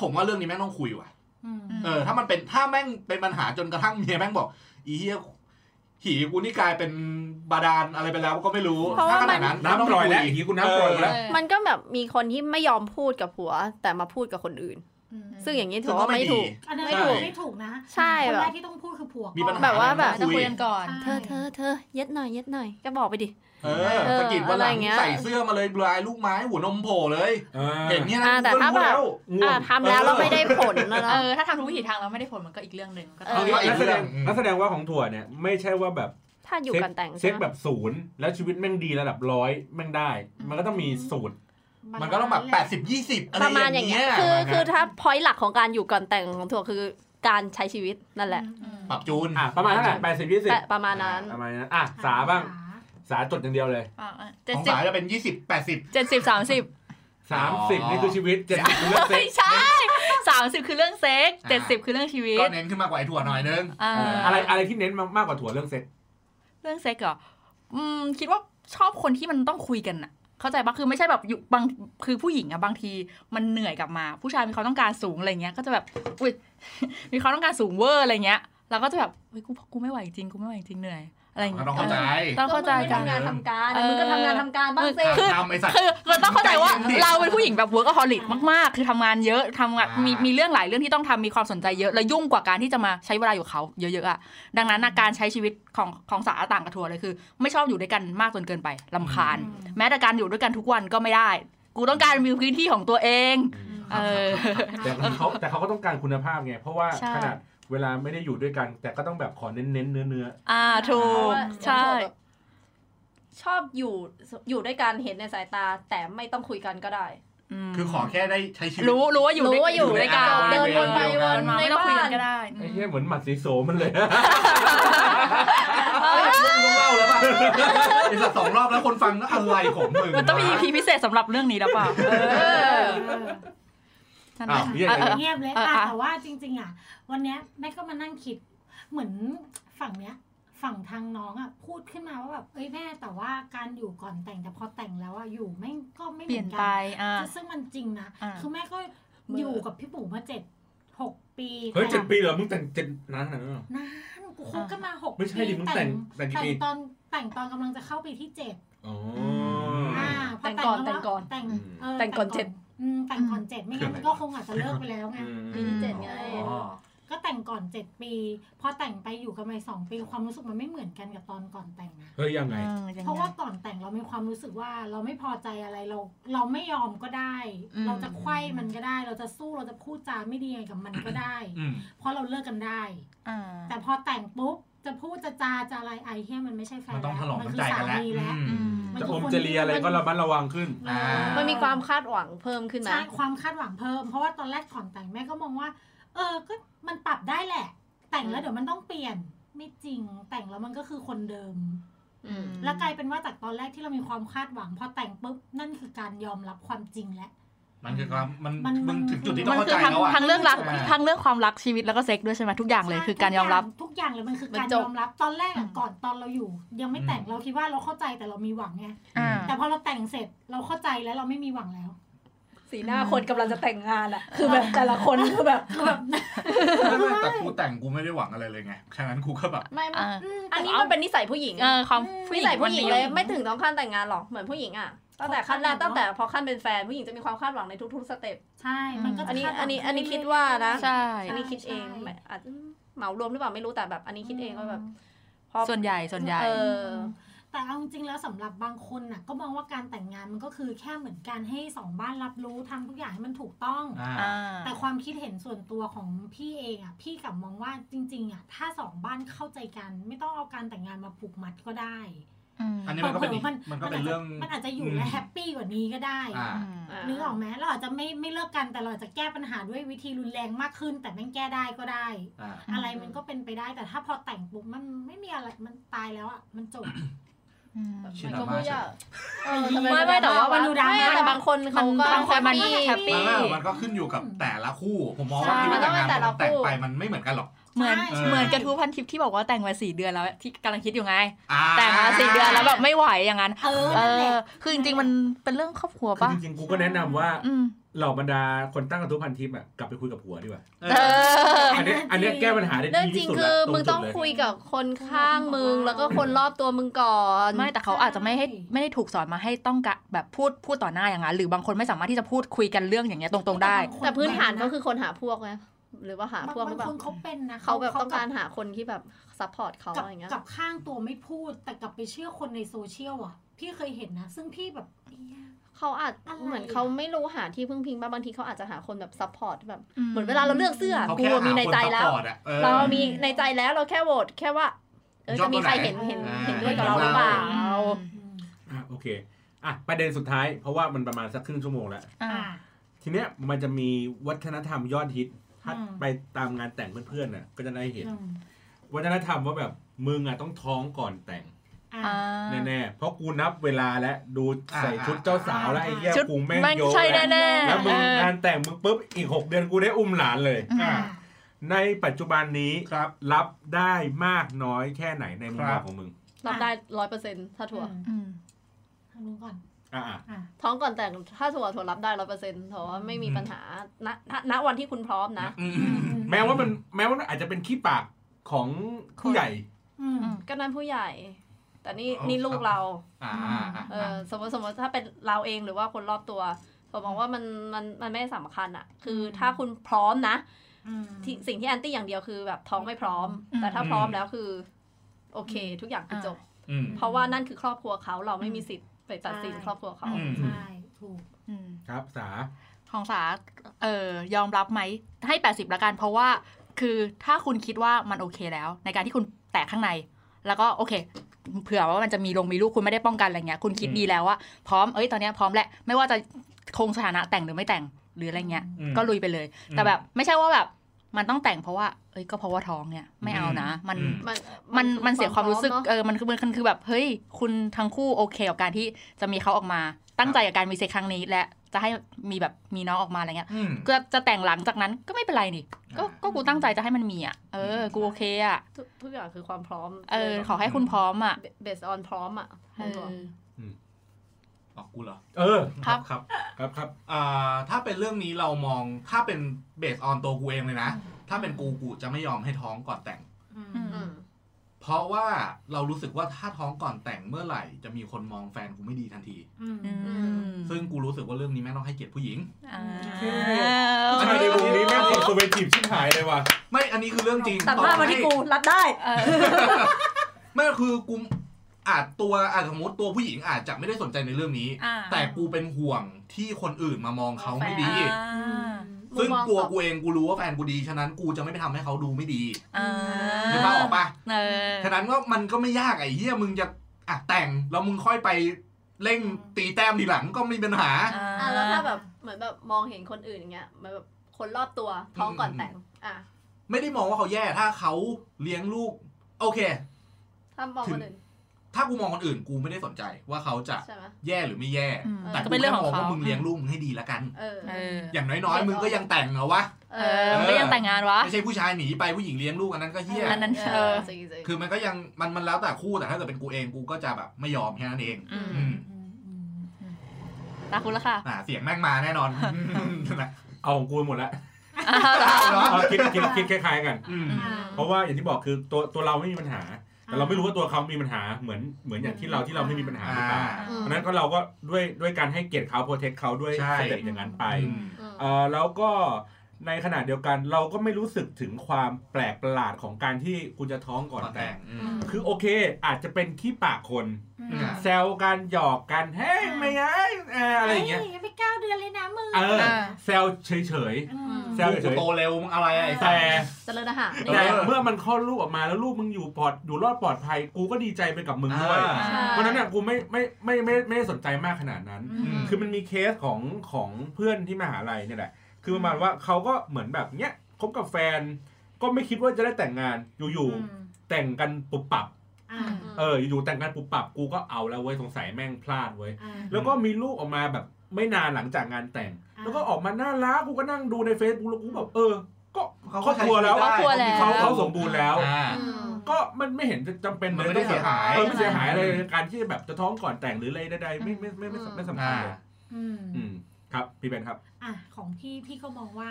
Speaker 6: ผมว่าเรื่องนี้แม่งต้องคุยว่ะ
Speaker 5: อืม
Speaker 6: เออถ้ามันเป็นถ้าแม่งเป็นปัญหาจนกระทั่งเมียแม่งบอก อีเหี้ยหีกูนี่กลายเป็นบาดาลอะไรไปแล้วก็ไม่รู้
Speaker 3: เพราะ
Speaker 6: ถ้า
Speaker 3: ว่า
Speaker 6: ข
Speaker 3: มั
Speaker 6: นาด
Speaker 3: น
Speaker 6: นั้น
Speaker 7: น้ำปล่อยแล้ว
Speaker 6: ต้ง
Speaker 7: อี
Speaker 6: คุ
Speaker 7: กทีกูน้ำปล่อยหมดแล้ว
Speaker 3: มันก็แบบมีคนที่ไม่ยอมพูดกับผัว แต่มาพูดกับคนอื่น
Speaker 5: อืม
Speaker 3: ซึ่งอย่างนี้ถือว่าไม่ถูก
Speaker 5: อันนั้น
Speaker 6: ใช่
Speaker 5: ไม่ถูกนะ
Speaker 3: ใช่
Speaker 5: คน
Speaker 3: แบบ
Speaker 5: แรกที่ต้องพูดคือผัวก่อน
Speaker 6: มีปัญหา
Speaker 3: แบบว่าแบบ
Speaker 6: อะไร
Speaker 4: จะ
Speaker 6: ต้อง
Speaker 4: คุ
Speaker 6: คุ
Speaker 4: ย
Speaker 6: ย
Speaker 4: กันก่อน
Speaker 3: เธอเธอเธอเย็ดหน่อยเย็ดหน่อยก็บอกไปดิ
Speaker 6: เออ
Speaker 3: เออ
Speaker 6: สะกิดว่าหลั
Speaker 3: อะไรอง ย่างเงี้ย
Speaker 6: ใส่เสื้อมาเลยลายลูกไม้หัวนมโผล่เลย
Speaker 7: อ่า
Speaker 6: เห็นเนี้ยนะ
Speaker 3: อ่าแต่
Speaker 6: กูก็
Speaker 3: ถ้า
Speaker 6: รู้
Speaker 3: แบบ
Speaker 6: แล้ว
Speaker 7: ง่ว
Speaker 3: อ่าง ทำแล้ว
Speaker 6: เออ
Speaker 3: เราไม่ได้ผลนะ
Speaker 4: เอ
Speaker 3: เนาะ
Speaker 4: อ ถ้าทำทุกวิถีทางแล้วไม่ได้ผลมันก็อีกเรื่องหนึ่งก็ต้
Speaker 3: เอ
Speaker 4: อ
Speaker 3: อ
Speaker 4: ง
Speaker 7: เอางี้นักแสดง
Speaker 6: อืม
Speaker 7: นักแสดงว่าของถั่วเนี่ย ไม่ใช่ว่าแบบ
Speaker 3: ถ้าอยู่กันแต่ง
Speaker 7: เซ็
Speaker 3: ใช่
Speaker 7: ก
Speaker 3: ไหม
Speaker 7: แบบศูนย์แล้วชีวิตแม่งดีระดับร้อยแม่งได้ มันก็ต้องมีสูตร
Speaker 6: มันก็ต้องแบบ 80 20 อะไร
Speaker 3: ประมาณ
Speaker 6: อย่
Speaker 3: อา
Speaker 6: ย่าง ง
Speaker 3: เงี้
Speaker 6: เงี้
Speaker 3: ย
Speaker 6: ย
Speaker 3: คือ
Speaker 6: ประมาณนั้น
Speaker 3: คือถ้าพอยต์หลักของการอยู่ก่อนแต่งของถั่วคือการใช้ชีวิตนั่นแหละ
Speaker 5: อืม
Speaker 6: ปรับจูน
Speaker 7: อ่ะประมาณเท่าไหร่แปดสิบยี่สิบ
Speaker 3: แต่ประมาณนั้น
Speaker 7: ประมาณนั้นอ่ะสาบ้างสาจดอย่างเดียวเลย
Speaker 6: ข
Speaker 4: เจ็ด
Speaker 6: อง
Speaker 4: สิบ
Speaker 6: สายจะเป็น 20 80
Speaker 4: เจ็ดสิบสามสิบ
Speaker 7: สามสิบนี่คือชีวิตเจ็ดสิบเลือกเซ็ก
Speaker 4: ไม่ใช่ [LAUGHS] สามสิบคือเรื่องเซ็ก
Speaker 6: อ่า
Speaker 4: เจ็ดสิบคือเรื่องชีวิต
Speaker 6: ก็เน้นขึ้นมากกว่าไอ้ถั่วหน่อยนึง
Speaker 4: อ่า
Speaker 7: อะไรอะไรที่เน้นมากกว่าถั่วเรื่องเซ็ต
Speaker 4: เรื่องเซ็กเหรออืมคิดว่าชอบคนที่มันต้องคุยกันอะเข้าใจปะคือไม่ใช่แบบอยู่บางคือผู้หญิงอะบางทีมันเหนื่อยกลับมา ผู้ชายมีความต้องการสูงอะไรเงี้ย ก็จะแบบอุ้ย [LAUGHS] มีความต้องการสูงเวอร์อะไรเงี้ยเราก็จะแบบเฮ้ยกูกูไม่ไหวจริงกูไม่ไหวจริงเหนื่อยอะไรอย่างเงี้ย
Speaker 6: เราต้องเข้าใจ
Speaker 4: ต้องเข้าใจ
Speaker 3: ก็มึงไม่
Speaker 4: กัน
Speaker 3: ทำงานทำการ
Speaker 4: เออ
Speaker 3: มึงก็ทำงานทำการบ้างสิ
Speaker 4: คือ
Speaker 6: ทำไอ้สัตว์
Speaker 4: คือเราต้องเข้าใจว่า
Speaker 6: ใจเย็นดิ
Speaker 4: เราเป็นผู้หญิงแบบ workaholic มาก ๆ คือทำงานเยอะทำงาน
Speaker 6: อ่ามี
Speaker 4: มีมีเรื่องหลายเรื่องที่ต้องทำมีความสนใจเยอะ และยุ่งกว่าการที่จะมาใช้เวลาอยู่กับเขาเยอะ ๆ อ่ะ ดังนั้นน่ะการใช้ชีวิตของของสาต่างกับทัวร์เลยคือ ไม่ชอบอยู่ด้วยกันมากจนเกินไปลำคาญ แม้แต่การอยู่ด้วยกันทุกวันก็ไม่ได้ กูต้องการมีพื้นที่ของตัวเอง เออ
Speaker 7: แต่เขาแต่เขาก็ต้องการคุณภาพไง เพราะว่า
Speaker 4: ใช่
Speaker 7: ขนาดเวลาไม่ได้อยู่ด้วยกัน แต่ก็ต้องแบบขอเน้นเน้นๆเนื้อเนื้อ
Speaker 4: อ่าถู
Speaker 3: เพราะ
Speaker 4: ก
Speaker 3: ว่า
Speaker 4: ใช่
Speaker 3: แบบชอบอยู่อยู่ด้วยกันเห็นในสายตา แต่ไม่ต้องคุยกันก็ได้
Speaker 6: คือขอแค่ได้ใช้ชีวิต
Speaker 4: รู้รู้ว่าอยู่
Speaker 3: รู้ว่าอยู่
Speaker 4: ด้วยกัน
Speaker 6: ด้วย
Speaker 4: เดิน
Speaker 6: กัน
Speaker 4: วนไป
Speaker 3: เดิ
Speaker 4: วน น
Speaker 3: มา
Speaker 4: มา
Speaker 3: ไม่
Speaker 4: ไม่
Speaker 3: ต้
Speaker 4: ต้
Speaker 3: อ
Speaker 4: อง ง
Speaker 3: คุ
Speaker 4: คุ
Speaker 3: ย
Speaker 4: ย
Speaker 3: กัก็
Speaker 4: กัน นก็
Speaker 3: ได้
Speaker 4: ได้
Speaker 7: ไอ้เหี้ยเหมือนหมัดสีโสมันเลย
Speaker 6: เอ้ยมึงเล่าแล้วป่ะไอ้สัตว์สองรอบแล้วคนฟังก็อะไรของมึง
Speaker 4: มันต้องมี
Speaker 6: วะ
Speaker 4: EP พิเศษสำหรับเรื่องนี้แล้วเปล่าเออนั่นแหละ
Speaker 7: อ้าวเรียกอะไรนะ
Speaker 4: เออ
Speaker 5: เงียบเลย
Speaker 4: เออ
Speaker 5: อ่ะ
Speaker 4: อ่ะ
Speaker 5: แต่ว่าจริง ๆ อ่ะ วันเนี้ยแม่ก็มานั่งคิด เหมือนฝั่งเนี้ย ฝั่งทางน้องอ่ะพูดขึ้นมาว่าแบบเอ้ยแม่แต่ว่าการอยู่ก่อนแต่งแต่พอแต่งแล้วอ่ะอยู่แม่งก็ไม่เห
Speaker 4: เปลี่ย
Speaker 5: มือน น
Speaker 4: ไป
Speaker 5: กัน
Speaker 4: อ่า
Speaker 5: ซึ่งมันจริงนะ
Speaker 4: อ่ะ
Speaker 5: คือแม่ก็อยู่กับพี่ปู่มาเจ็ดหกปี
Speaker 7: เฮ้ยเจ็ด
Speaker 5: แต่
Speaker 7: ปีเหรอ มึงแต่งเจ็ดนานขนาดนั้นเหรอ
Speaker 5: นานกูคบกันมาหก
Speaker 7: ไม่ใช่ดิมึงแต่งแต่งกี่ปี
Speaker 5: ตอนแต่งตอนกำลังจะเข้าปีที่เจ็ด
Speaker 7: อ๋อ
Speaker 5: อ่าพ
Speaker 3: แต่งก่อน
Speaker 5: ล้ว
Speaker 3: แต่งก่อน
Speaker 5: แต่ง
Speaker 7: อืม
Speaker 5: เอ
Speaker 3: แต่งก่อนเจ็ด
Speaker 5: อืมแต่งก่อนเจ็ดไม่งั้น
Speaker 7: คืออะไร
Speaker 5: ก็คงอาจจะเลิกไปแล้วไง
Speaker 3: ปีที่เจ็ดไง
Speaker 6: อ๋อ
Speaker 5: ก็แต่งก่อนเจ็ดปี พอแต่งไปอยู่กันไปสองปีความรู้สึกมันไม่เหมือนกันกับตอนก่อนแต่งนะ
Speaker 7: เฮ้ยยังไง
Speaker 4: เออยังไง
Speaker 5: เพราะว่าก่อนแต่งเรามีความรู้สึกว่าเราไม่พอใจอะไรเรา เราไม่ยอมก็ได้
Speaker 4: อืม
Speaker 5: เราจะไขว้มันก็ได้ เราจะสู้เราจะพูดจาไม่ดียังไงกับมันก็ได้
Speaker 6: อืม
Speaker 5: เพราะเราเลิกกันได้
Speaker 4: อ่า
Speaker 5: แต่พอแต่งปุ๊บจะพูดจะจาจะอะไรไอ้เฮียมันไม่ใช่แฟน
Speaker 6: มันต้องถ
Speaker 5: แล้ว
Speaker 6: ลอง
Speaker 5: มั
Speaker 6: น้ำ
Speaker 5: คื
Speaker 6: ใจ
Speaker 5: อ
Speaker 6: กั
Speaker 5: สาน
Speaker 6: แล้ว
Speaker 5: มีแล้ว
Speaker 6: อืม
Speaker 5: มัน
Speaker 7: จะ
Speaker 5: คือ
Speaker 7: อม
Speaker 5: คน
Speaker 7: จะเลียอะไรก็ระมัดระวังขึ้น
Speaker 5: อ่า
Speaker 3: มันมีความคาดหวังเพิ่มขึ้นนะ
Speaker 5: ใช่ความคาดหวังเพิ่ม เพราะว่าตอนแรกก่อนแต่งแม่ก็มองว่า เออก็มันปรับได้แหละ แต่งแล้วเดี๋ยวมันต้องเปลี่ยนไม่จริง แต่งแล้วมันก็คือคนเดิม
Speaker 3: อืม
Speaker 5: แล้วกลายเป็นว่าจากตอนแรกที่เรามีความคาดหวังพอแต่งปุ๊บนั่นคือการยอมรับความจริงแล้ว
Speaker 6: มันคือความมัน
Speaker 5: มันมั
Speaker 6: มึ
Speaker 5: น
Speaker 6: งถึงจุดที่ต้
Speaker 4: มั
Speaker 6: อง
Speaker 4: น
Speaker 6: เข้า
Speaker 4: คื
Speaker 6: ใจ
Speaker 4: อทั้ง
Speaker 6: แล้วอ่ะ
Speaker 4: ทั้งเรื่องรัก
Speaker 6: อ่า
Speaker 4: ทั้งเรื่องความรักชีวิตแล้วก็เซ็กด้วยใช่ไหมทุกอย่างเลยคือการยอมรับ
Speaker 5: ใช่ทุกอย่างเลยมันคือการ
Speaker 3: มันจ
Speaker 5: ย
Speaker 3: บ
Speaker 5: อมรับตอนแรกอะ
Speaker 4: อืม
Speaker 5: ก่อนตอนเราอยู่ ยังไม่แต่งเราคิดว่าเราเข้าใจแต่เรามีหวังไง
Speaker 4: อ่า
Speaker 5: แต่พอเราแต่งเสร็จเราเข้าใจแล้วเราไม่มีหวัง
Speaker 3: [LAUGHS]
Speaker 5: แล้ว
Speaker 3: สีหน้าคนกำลังจะแต่งงานอะคือแบบแต่ละคนคือแบบ
Speaker 5: คือแบบ
Speaker 6: ไม่ไม่แต่กูแต่งกูไม่ได้หวังอะไรเลยไงฉะนั้นกูก็แบบ
Speaker 3: ไม่ไม่
Speaker 4: อ่า
Speaker 3: อันนี้มันเป็นนิสัยผู้หญิง
Speaker 4: เออความ
Speaker 3: ผู้นิสัยผู้หญิงเลยไม่ถึงต้องขั้นแต่งงานหรอกเหมือนผู้หญิงอะตั้งแต่ขั้นแรก
Speaker 5: พอขั้น
Speaker 3: ตั้งแต่พอขั้นเป็นแฟนผู้หญิงจะมีความคาดหวังในทุกๆสเต็ป
Speaker 5: ใช่มันก็จะ
Speaker 3: อันนี้
Speaker 5: คาดหวัง
Speaker 3: อันนี้อันนี้
Speaker 5: ขึ้
Speaker 3: คิดว่านะ
Speaker 4: ใช่
Speaker 3: อันนี้คิดเองไม่อาจจะเหมารวมหรือเปล่าไม่รู้แต่แบบ อันนี้คิดเองว่าแบบพอ
Speaker 4: ส่วนใหญ่ส่วนใหญ่
Speaker 3: เออ
Speaker 5: แต่เอาจริงๆแล้วสำหรับบางคนน่ะ ก็มองว่าการแต่งงานมันก็คือแค่เหมือนการให้สองบ้านรับรู้ทำทุกอย่างให้มันถูกต้อง
Speaker 6: อ่า
Speaker 4: อ่า
Speaker 5: แต่ความคิดเห็นส่วนตัวของพี่เองอ่ะ พี่กลับมองว่าจริงๆอ่ะถ้าสองบ้านเข้าใจกัน ไม่ต้องเอาการแต่งงานมาผูกมัดก็ได้
Speaker 6: อันนี้มันก็เป็นอีก
Speaker 5: ผลอๆ
Speaker 6: มันก็เป็นเรื่อง
Speaker 5: มันอาจจะอยู่และแฮปปี้กว่านี้ก็ได้
Speaker 6: อ่า
Speaker 3: อ่า
Speaker 5: นึกออกไหมเราอาจจะไม่ไม่เลิกกันแต่เราอาจจะแก้ปัญหาด้วยวิธีรุนแรงมากขึ้น แต่แม่งแก้ได้ก็ได้
Speaker 6: อ่า
Speaker 4: อืม
Speaker 5: อะไรมันก็เป็นไปได้แต่ถ้าพอแต่งปุ๊บมันไม่มีอะไรมันตายแล้วอ่ะมันจบ
Speaker 4: อืม
Speaker 6: ชิ
Speaker 3: มันน
Speaker 6: ดรา
Speaker 3: ก็พู
Speaker 6: ม่า
Speaker 3: ด
Speaker 6: ใช่ไหม
Speaker 3: ยากเออทำ
Speaker 5: ไม่ไม่แต่ว่ามันดูดราม่า
Speaker 3: ไแต่บางคนเขาก็
Speaker 4: บางคนมัน แฮปปี้
Speaker 6: มันก็มันก็ขึ้นอยู่กับแต่ละคู่ ผมมองว่า
Speaker 3: ใช่
Speaker 6: ที่แต่งงาน
Speaker 3: มันต้องเป็นแต่ละคู่
Speaker 6: แต่งไปมันไม่เหมือนกันหรอก
Speaker 4: เหมือน
Speaker 5: ใช่
Speaker 4: เหมือนกระทู้พันทิปที่บอกว่าแต่งมาสี่เดือนแล้วที่กำลังคิดอยู่ไง
Speaker 6: อ่า
Speaker 4: แต่งมาสี่เดือนแล้วแบบไม่ไหวอย่างนั้น
Speaker 5: เออ
Speaker 4: เอ
Speaker 5: นั่นแห
Speaker 4: อ
Speaker 5: ละ
Speaker 4: คือจริงๆมันเป็นเรื่องครอบครัว
Speaker 7: คือ
Speaker 4: ป่ะ
Speaker 7: จริงๆ กูก็แนะนำว่า
Speaker 4: อืม
Speaker 7: เหล่าบรรดาคนตั้งกระทู้พันทิปอะกลับไปคุยกับผัวดีกว่า
Speaker 6: เอ
Speaker 4: เอ
Speaker 6: อ
Speaker 4: อ
Speaker 7: อันเนี้ยอันเนี้ยแก้ปัญหาได้
Speaker 3: เรื่อง
Speaker 7: ดี
Speaker 3: จริ
Speaker 7: ที่
Speaker 3: ง
Speaker 7: สุด
Speaker 3: คือ
Speaker 7: ละ
Speaker 3: มึงต้อง
Speaker 7: จุดเลย
Speaker 3: คุยกับคนข้างมึง
Speaker 5: ตรงจุดเลย
Speaker 3: แล้วก็คนรอบตัวมึงก่อน
Speaker 4: ไม่แต่เขาอาจจะไม่ให้ไม่ได้ถูกสอนมาให้ต้องกะแบบพูดพูดต่อหน้าอย่างนั้นหรือบางคนไม่สามารถที่จะพูดคุยกันเรื่องอย่างเงี้ยตรงๆได้
Speaker 3: แต่พื้นฐานเขาคือคนหาพวกไงหรือว่าหาพวกหรือง
Speaker 5: บา
Speaker 3: เปล่า
Speaker 5: คนเขาเป็นนะ
Speaker 3: เขาแบบต้องการหาคนที่แบบซัพพอร์ตเขา
Speaker 5: กับ
Speaker 3: อะไรเงี้ย
Speaker 5: กับข้างตัวไม่พูด แต่กลับไปเชื่อคนในโซเชียลอ่ะ พี่เคยเห็นนะ ซึ่งพี่แบบ
Speaker 3: เขาอาจ
Speaker 5: อะไร
Speaker 3: เหมือนเขาไม่รู้หาที่พึ่งพิงบ้างบางทีเขาอาจจะหาคนแบบซัพพอร์ตแบบ
Speaker 4: อืม
Speaker 3: เหมือนเวลาเราเลือกเสื้อ
Speaker 6: เขา
Speaker 3: กู
Speaker 6: แค่หา
Speaker 3: มีในใจแล้ว
Speaker 6: คน support อะเออ
Speaker 3: เรามีในใจแล้วเราแค่โหวตแค่ว่าเออ
Speaker 6: ชอ
Speaker 3: จะ
Speaker 6: บ
Speaker 3: มี
Speaker 6: ตัว
Speaker 3: ใคร
Speaker 6: ไหน
Speaker 3: เห็นเห็น
Speaker 6: อ่า
Speaker 3: เห็นด้วยกับเราหรือเปล่า
Speaker 5: อืม
Speaker 7: อ่ะโอเคอ่ะประเด็นสุดท้ายเพราะว่ามันประมาณสักครึ่งชั่วโมงแล้ว
Speaker 4: อ่า
Speaker 5: อ่า
Speaker 7: ทีเนี้ยมันจะมีวัฒนธรรมยอดฮิตถ้า
Speaker 5: อืม
Speaker 7: ไปตามงานแต่งเพื่อนๆน่ะก็จะได้เห็น
Speaker 5: อืม
Speaker 7: วัฒนธรรมว่าแบบมึงอ่ะต้องท้องก่อนแต่ง
Speaker 5: อ่า
Speaker 4: อ่า
Speaker 7: แน่ๆ เพราะกูนับเวลาแล้วดูใส่ชุดเจ้าสาวแล้วไอ้เหี้ย
Speaker 4: ชุด
Speaker 7: กูแม่ง
Speaker 3: มัน
Speaker 7: โยน
Speaker 3: ใช่
Speaker 7: แล้ว
Speaker 3: แน่ๆ
Speaker 7: แล้วมึง
Speaker 3: เออ
Speaker 7: งานแต่งมึงปุ๊บอีก 6 เดือนกูได้อุ้มหลานเลย
Speaker 4: อ่า
Speaker 7: ในปัจจุบันนี้
Speaker 6: ครับ
Speaker 7: รับได้มากน้อยแค่ไหนในมุมม
Speaker 6: ครั
Speaker 7: อง
Speaker 6: บ
Speaker 7: ของมึง
Speaker 3: รับได้ร้อยเปอร์เซ็นต์ถ้าถั่ว
Speaker 5: อื
Speaker 4: อื
Speaker 5: ม
Speaker 4: ม
Speaker 5: ทางนู้นก่อน
Speaker 7: อ่า
Speaker 5: อ่ะ
Speaker 3: ท้องก่อนแต่งถ้าถั่วถั่วรับได้ร้อยเปอร์เซ็นต์ถั่วว่าไม่มีปัญหาณณณวันที่คุณพร้อมนะ
Speaker 7: แม้ว่ามันแม้ว่ามันอาจจะเป็นขี้ปากของผู้ใหญ่
Speaker 5: อืม
Speaker 3: ก็นั่นผู้ใหญ่ แต่นี่
Speaker 6: เอานี่
Speaker 3: นี่ลูกเรา
Speaker 6: อ่าอ่า
Speaker 3: เอ
Speaker 6: อ่า
Speaker 3: อสมมติสมมติถ้าเป็นเราเองหรือว่าคนรอบตัวผมมองว่ามันมันมันไม่สำคัญอะคือถ้าคุณพร้อมนะที่สิ่งที่แอนตี้อย่างเดียวคือแบบท้องไม่พร้อม
Speaker 4: อืม
Speaker 3: แต่ถ้าพร้อม
Speaker 6: อืม
Speaker 3: แล้วคือ โอเค ทุกอย่างคือจบ
Speaker 6: อืม
Speaker 3: เพราะว่านั่นคือครอบครัวเขาเราไม่มีสิทธิ์ไปตัดสิน
Speaker 5: ใช่
Speaker 3: ครอบครัวเขา
Speaker 6: อืม
Speaker 5: ใช่ถูก
Speaker 4: อืม
Speaker 7: ครับสา
Speaker 4: ของสาเอ่อยอมรับไหมให้ 80ละกัน เพราะว่าคือถ้าคุณคิดว่ามันโอเคแล้ว ในการที่คุณแตะข้างใน แล้วก็โอเค เผื่อว่ามันจะมีลงมีลูกคุณไม่ได้ป้องกันอะไรเงี้ยคุณคิด
Speaker 6: อืม
Speaker 4: ดีแล้วว่าพร้อมเอ้ยตอนเนี้ยพร้อมแหละไม่ว่าจะคงสถานะแต่งหรือไม่แต่งหรืออะไรเงี้ย
Speaker 6: อืม
Speaker 4: ก็ลุยไปเลย
Speaker 6: อืม
Speaker 4: แต่แบบไม่ใช่ว่าแบบมันต้องแต่งเพราะว่าเอ้ยก็เพราะว่าท้องเนี่ยไม่เอานะ มัน
Speaker 6: อืม
Speaker 3: มัน
Speaker 4: มันมันเสียความรู้สึก
Speaker 3: เนอะ
Speaker 4: เออมันคือมันคือแบบเฮ้ยคุณทั้งคู่โอเคกับการที่จะมีเขาออกมา ตั้งใจกับการมีเซ็กครั้งนี้ และจะให้มีแบบมีน้องออกมาอะไรเงี้ย
Speaker 6: อืม
Speaker 4: ก็จะแต่งหลังจากนั้นก็ไม่เป็นไรนี่ก็
Speaker 6: อ่า
Speaker 4: ก็กูตั้งใจจะให้มันมีอ่ะ เออ กูโอเคอ่ะ
Speaker 3: ทุกทุกอย่างคือความพร้อม
Speaker 4: เออ ขอให้คุณพร้อมอ่ะ
Speaker 3: เบสออนพร้อมอะ
Speaker 4: เออ
Speaker 6: ออกกูเหรอ
Speaker 7: เออ
Speaker 4: ครับ
Speaker 7: ครับครับครับ
Speaker 6: อ่าถ้าเป็นเรื่องนี้เรามองถ้าเป็นเบสออนตัวกูเองเลยนะ ถ้าเป็นกูกูจะไม่ยอมให้ท้องก่อนแต่ง
Speaker 4: อืม
Speaker 3: อืม
Speaker 6: เพราะว่าเรารู้สึกว่าถ้าท้องก่อนแต่งเมื่อไหร่ จะมีคนมองแฟนกูไม่ดีทันที
Speaker 4: อืม
Speaker 6: ซึ่งกูรู้สึกว่าเรื่องนี้แม่งต้องให้เกียรติผู้
Speaker 7: [LAUGHS]
Speaker 6: หญิง
Speaker 4: อ่า
Speaker 7: เท่ ใช่ในวงนี้แม่งคอนเซอร์เวทีฟชิบหายเลยว่ะ
Speaker 6: ไม่อันนี้คือเรื่องจริง
Speaker 3: ตัดภาพมาที่กูรับได้
Speaker 4: เออ
Speaker 6: ไม่คือกูอาจตัวอาจสมมติตัวผู้หญิงอาจจะไม่ได้สนใจในเรื่องนี้
Speaker 4: อ่า
Speaker 6: แต่กูเป็นห่วงที่คนอื่นมามองเขาไม่ดี
Speaker 4: อ่า
Speaker 6: ซึ่ง
Speaker 3: มุมมอง
Speaker 6: ตัว
Speaker 3: ต่อ
Speaker 6: กูเองกูรู้ว่าแฟนกูดีฉะนั้นกูจะไม่ไปทำให้เขาดูไม่ดี
Speaker 4: อ่า
Speaker 6: นึกภาพออกปะ
Speaker 4: เออ
Speaker 6: ฉะนั้นว่ามันก็ไม่ยากไอ้เหี้ยมึงจะอ่ะแต่งแล้วมึงค่อยไปเร่งตีแต้มทีหลังก็ไม่มีปัญหา
Speaker 3: อ่ะแล้วถ้าแบบเหมือนแบบมองเห็นคนอื่นอย่างเงี้ยเหมันแบบคนรอบตัวท้องก่อนแต่งอ่ะ
Speaker 6: ไม่ได้มองว่าเขาแย่ถ้าเขาเลี้ยงลูก โอเค
Speaker 3: ถ้ามองคนอื่น
Speaker 6: ถ้ากูมองคนอื่นกูไม่ได้สนใจว่าเขาจะ
Speaker 3: ใช่ไหม
Speaker 6: แย่หรือไม่แย่
Speaker 4: อืม
Speaker 6: แต่
Speaker 4: ก็
Speaker 6: กู
Speaker 4: เป็นเรื่อง
Speaker 6: แค่
Speaker 4: ของ
Speaker 6: มอง
Speaker 4: เขา
Speaker 6: ว่ามึงเลี้ยงลูกมึงให้ดีละกัน
Speaker 3: เออ
Speaker 4: เออ
Speaker 6: อย่างน้อยๆ มึงก็ยังแต่งเหรอวะ
Speaker 3: เอ
Speaker 4: เออมันก็ยังแต่งงานวะ
Speaker 6: ไม่ใช่ผู้ชายหนีไปผู้หญิงเลี้ยงลูกอันนั้นก็เหี้ย
Speaker 4: อันนั้น เอ
Speaker 3: จริงๆ
Speaker 6: คือมันก็ยังมันมันแล้วแต่คู่แต่ถ้าเกิดเป็นกูเองกูก็จะแบบไม่ยอมแค่นั้นเอง
Speaker 4: อืม
Speaker 6: อืม
Speaker 4: ตาคุณละค่ะ
Speaker 6: อ่าเสียงแม่งมาแน่นอนอืมนะ
Speaker 7: เอาของกูหมดละ
Speaker 4: อ่าเหรอ
Speaker 6: เอาเหรอ
Speaker 7: เอาคิดคิดคิดคล้ายๆกัน
Speaker 6: อืม
Speaker 4: อืม
Speaker 7: เพราะว่าอย่างที่บอกคือตัวตัวเราไม่มีปัญหา แต่เราไม่รู้ว่าตัวเขามีปัญหาเหมือนเหมือนอย่างที่เราที่เราไม่มีปัญหาหรือเปล่า
Speaker 3: อืม
Speaker 7: เพราะฉะนั้นก็เราก็ด้วยด้วยการให้เกียรติเขาโปรเทคเขาด้วย
Speaker 6: ใช่
Speaker 7: สเต็ปอย่างนั้นไป
Speaker 6: อืม
Speaker 3: อืม
Speaker 7: เอ่อแล้วก็ในขณะเดียวกันเราก็ไม่รู้สึกถึงความแปลกประหลาดของการที่คุณจะท้องก่อนแต่ง คือโอเค อาจจะเป็นขี้ปากคน
Speaker 6: อ่า
Speaker 7: แซวกันหยอกกันเฮ้ยไม่ไงเอ่ออะไรอย่างเงี้ย
Speaker 5: ไม่เก้าเดือนเลยนะมึง
Speaker 7: เออ
Speaker 4: อ่า
Speaker 7: แซวเฉย
Speaker 5: ม
Speaker 7: แซว
Speaker 6: กูโตเร็วมึงอะไรอะไอ้
Speaker 7: ๆ
Speaker 6: สัต
Speaker 7: แต่
Speaker 6: ว์
Speaker 3: เจริญอาหาร
Speaker 6: อ
Speaker 7: แต่
Speaker 6: อ
Speaker 7: เมื่อมันคลอดลูกออกมาแล้วลูกมึงอยู่ปลอดอยู่รอดปลอดภัยกูก็ดีใจไปกับมึงด้วย
Speaker 6: อ่า
Speaker 7: เพราะฉะนั้นเนี่ยกูไม่ไม่ไม่ไม่ไม่ได้สนใจมากขนาดนั้น
Speaker 5: อืม
Speaker 7: คือมันมีเคสของของเพื่อนที่มหาลัยเนี่ยแหละ คือประมาณว่าเขาก็เหมือนแบบเนี้ยคบกับแฟน ก็ไม่คิดว่าจะได้แต่งงานอยู่ๆแต่งกันปุบปับ
Speaker 5: อ่า
Speaker 7: เอออยู่ๆแต่งกันปุบปับกูก็เอาแล้วเว้ยสงสัยแม่งพลาดเว้ย
Speaker 5: อ่า
Speaker 7: แล้วก็มีลูกออกมาแบบไม่นานหลังจากงานแต่ง
Speaker 5: อ่า
Speaker 7: แล้วก็ออกมาน่ารักกูก็นั่งดูในเฟซบุ๊กแล้วกูแบบเออ ก็
Speaker 6: เขา
Speaker 7: เขา
Speaker 6: ก็
Speaker 7: ครอบครัว
Speaker 6: ใช้ชีวิต
Speaker 7: แล้ว
Speaker 6: ได้
Speaker 4: ครอบครัวแล้ว
Speaker 7: เขาเขาสมบูรณ์แล้ว
Speaker 6: อ่า
Speaker 3: อืม
Speaker 7: ก็มันไม่เห็นจะจำเป็น
Speaker 6: มัน
Speaker 7: ล
Speaker 6: ไม่ได้เสียหาย
Speaker 7: เออไม่เสียหายอะไรเลยการที่แบบจะท้องก่อนแต่งหรืออะไรใดๆไม่ไม่ไม่ไม่
Speaker 3: อืม
Speaker 7: ไม่สำคั
Speaker 6: อ่า
Speaker 7: ญเลย
Speaker 5: อืม
Speaker 7: อืมครับพี่เบนครับ
Speaker 5: อ่ะของพี่พี่ก็มองว่า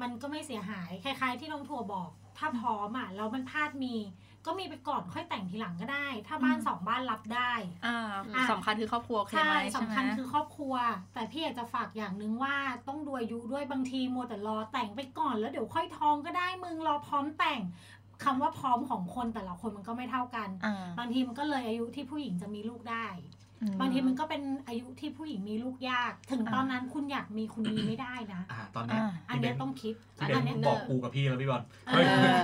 Speaker 5: มันก็ไม่เสียหายคล้ายๆ ที่น้องถั่วบอก ถ้าพร้อมอ่ะแล้วมันพลาดมี ก็มีไปก่อนค่อยแต่งทีหลังก็ได้ ถ้าบ้าน
Speaker 4: อืม
Speaker 5: สองบ้านรับได้
Speaker 4: อ่า
Speaker 5: อ่ะ
Speaker 4: สำคัญคือครอบครัวโอเค
Speaker 5: ใช่
Speaker 4: ไหม
Speaker 5: สำคัญ
Speaker 4: ใช่ไหม
Speaker 5: คือครอบครัว แต่พี่อยากจะฝากอย่างหนึ่งว่าต้องดูอายุด้วยบางทีมัวแต่รอแต่งไปก่อนแล้วเดี๋ยวค่อยท้องก็ได้มึงรอพร้อมแต่งคำว่าพร้อมของคนแต่ละคนมันก็ไม่เท่ากัน
Speaker 4: อ่า
Speaker 5: บางทีมันก็เลยอายุที่ผู้หญิงจะมีลูกได้ บางทีมันก็เป็นอายุที่ผู้หญิงมีลูกยาก ถึงตอนนั้นคุณอยากมีคุณมีไม่ได้นะ
Speaker 6: อ่า ตอนเนี้ย
Speaker 4: อ่า
Speaker 5: อันเนี้ยต้องคิด
Speaker 6: ที่
Speaker 5: อัน
Speaker 6: เบ
Speaker 5: เนี้ย
Speaker 6: นบอกกูกับพี่แล้วพี่บอล
Speaker 5: เออ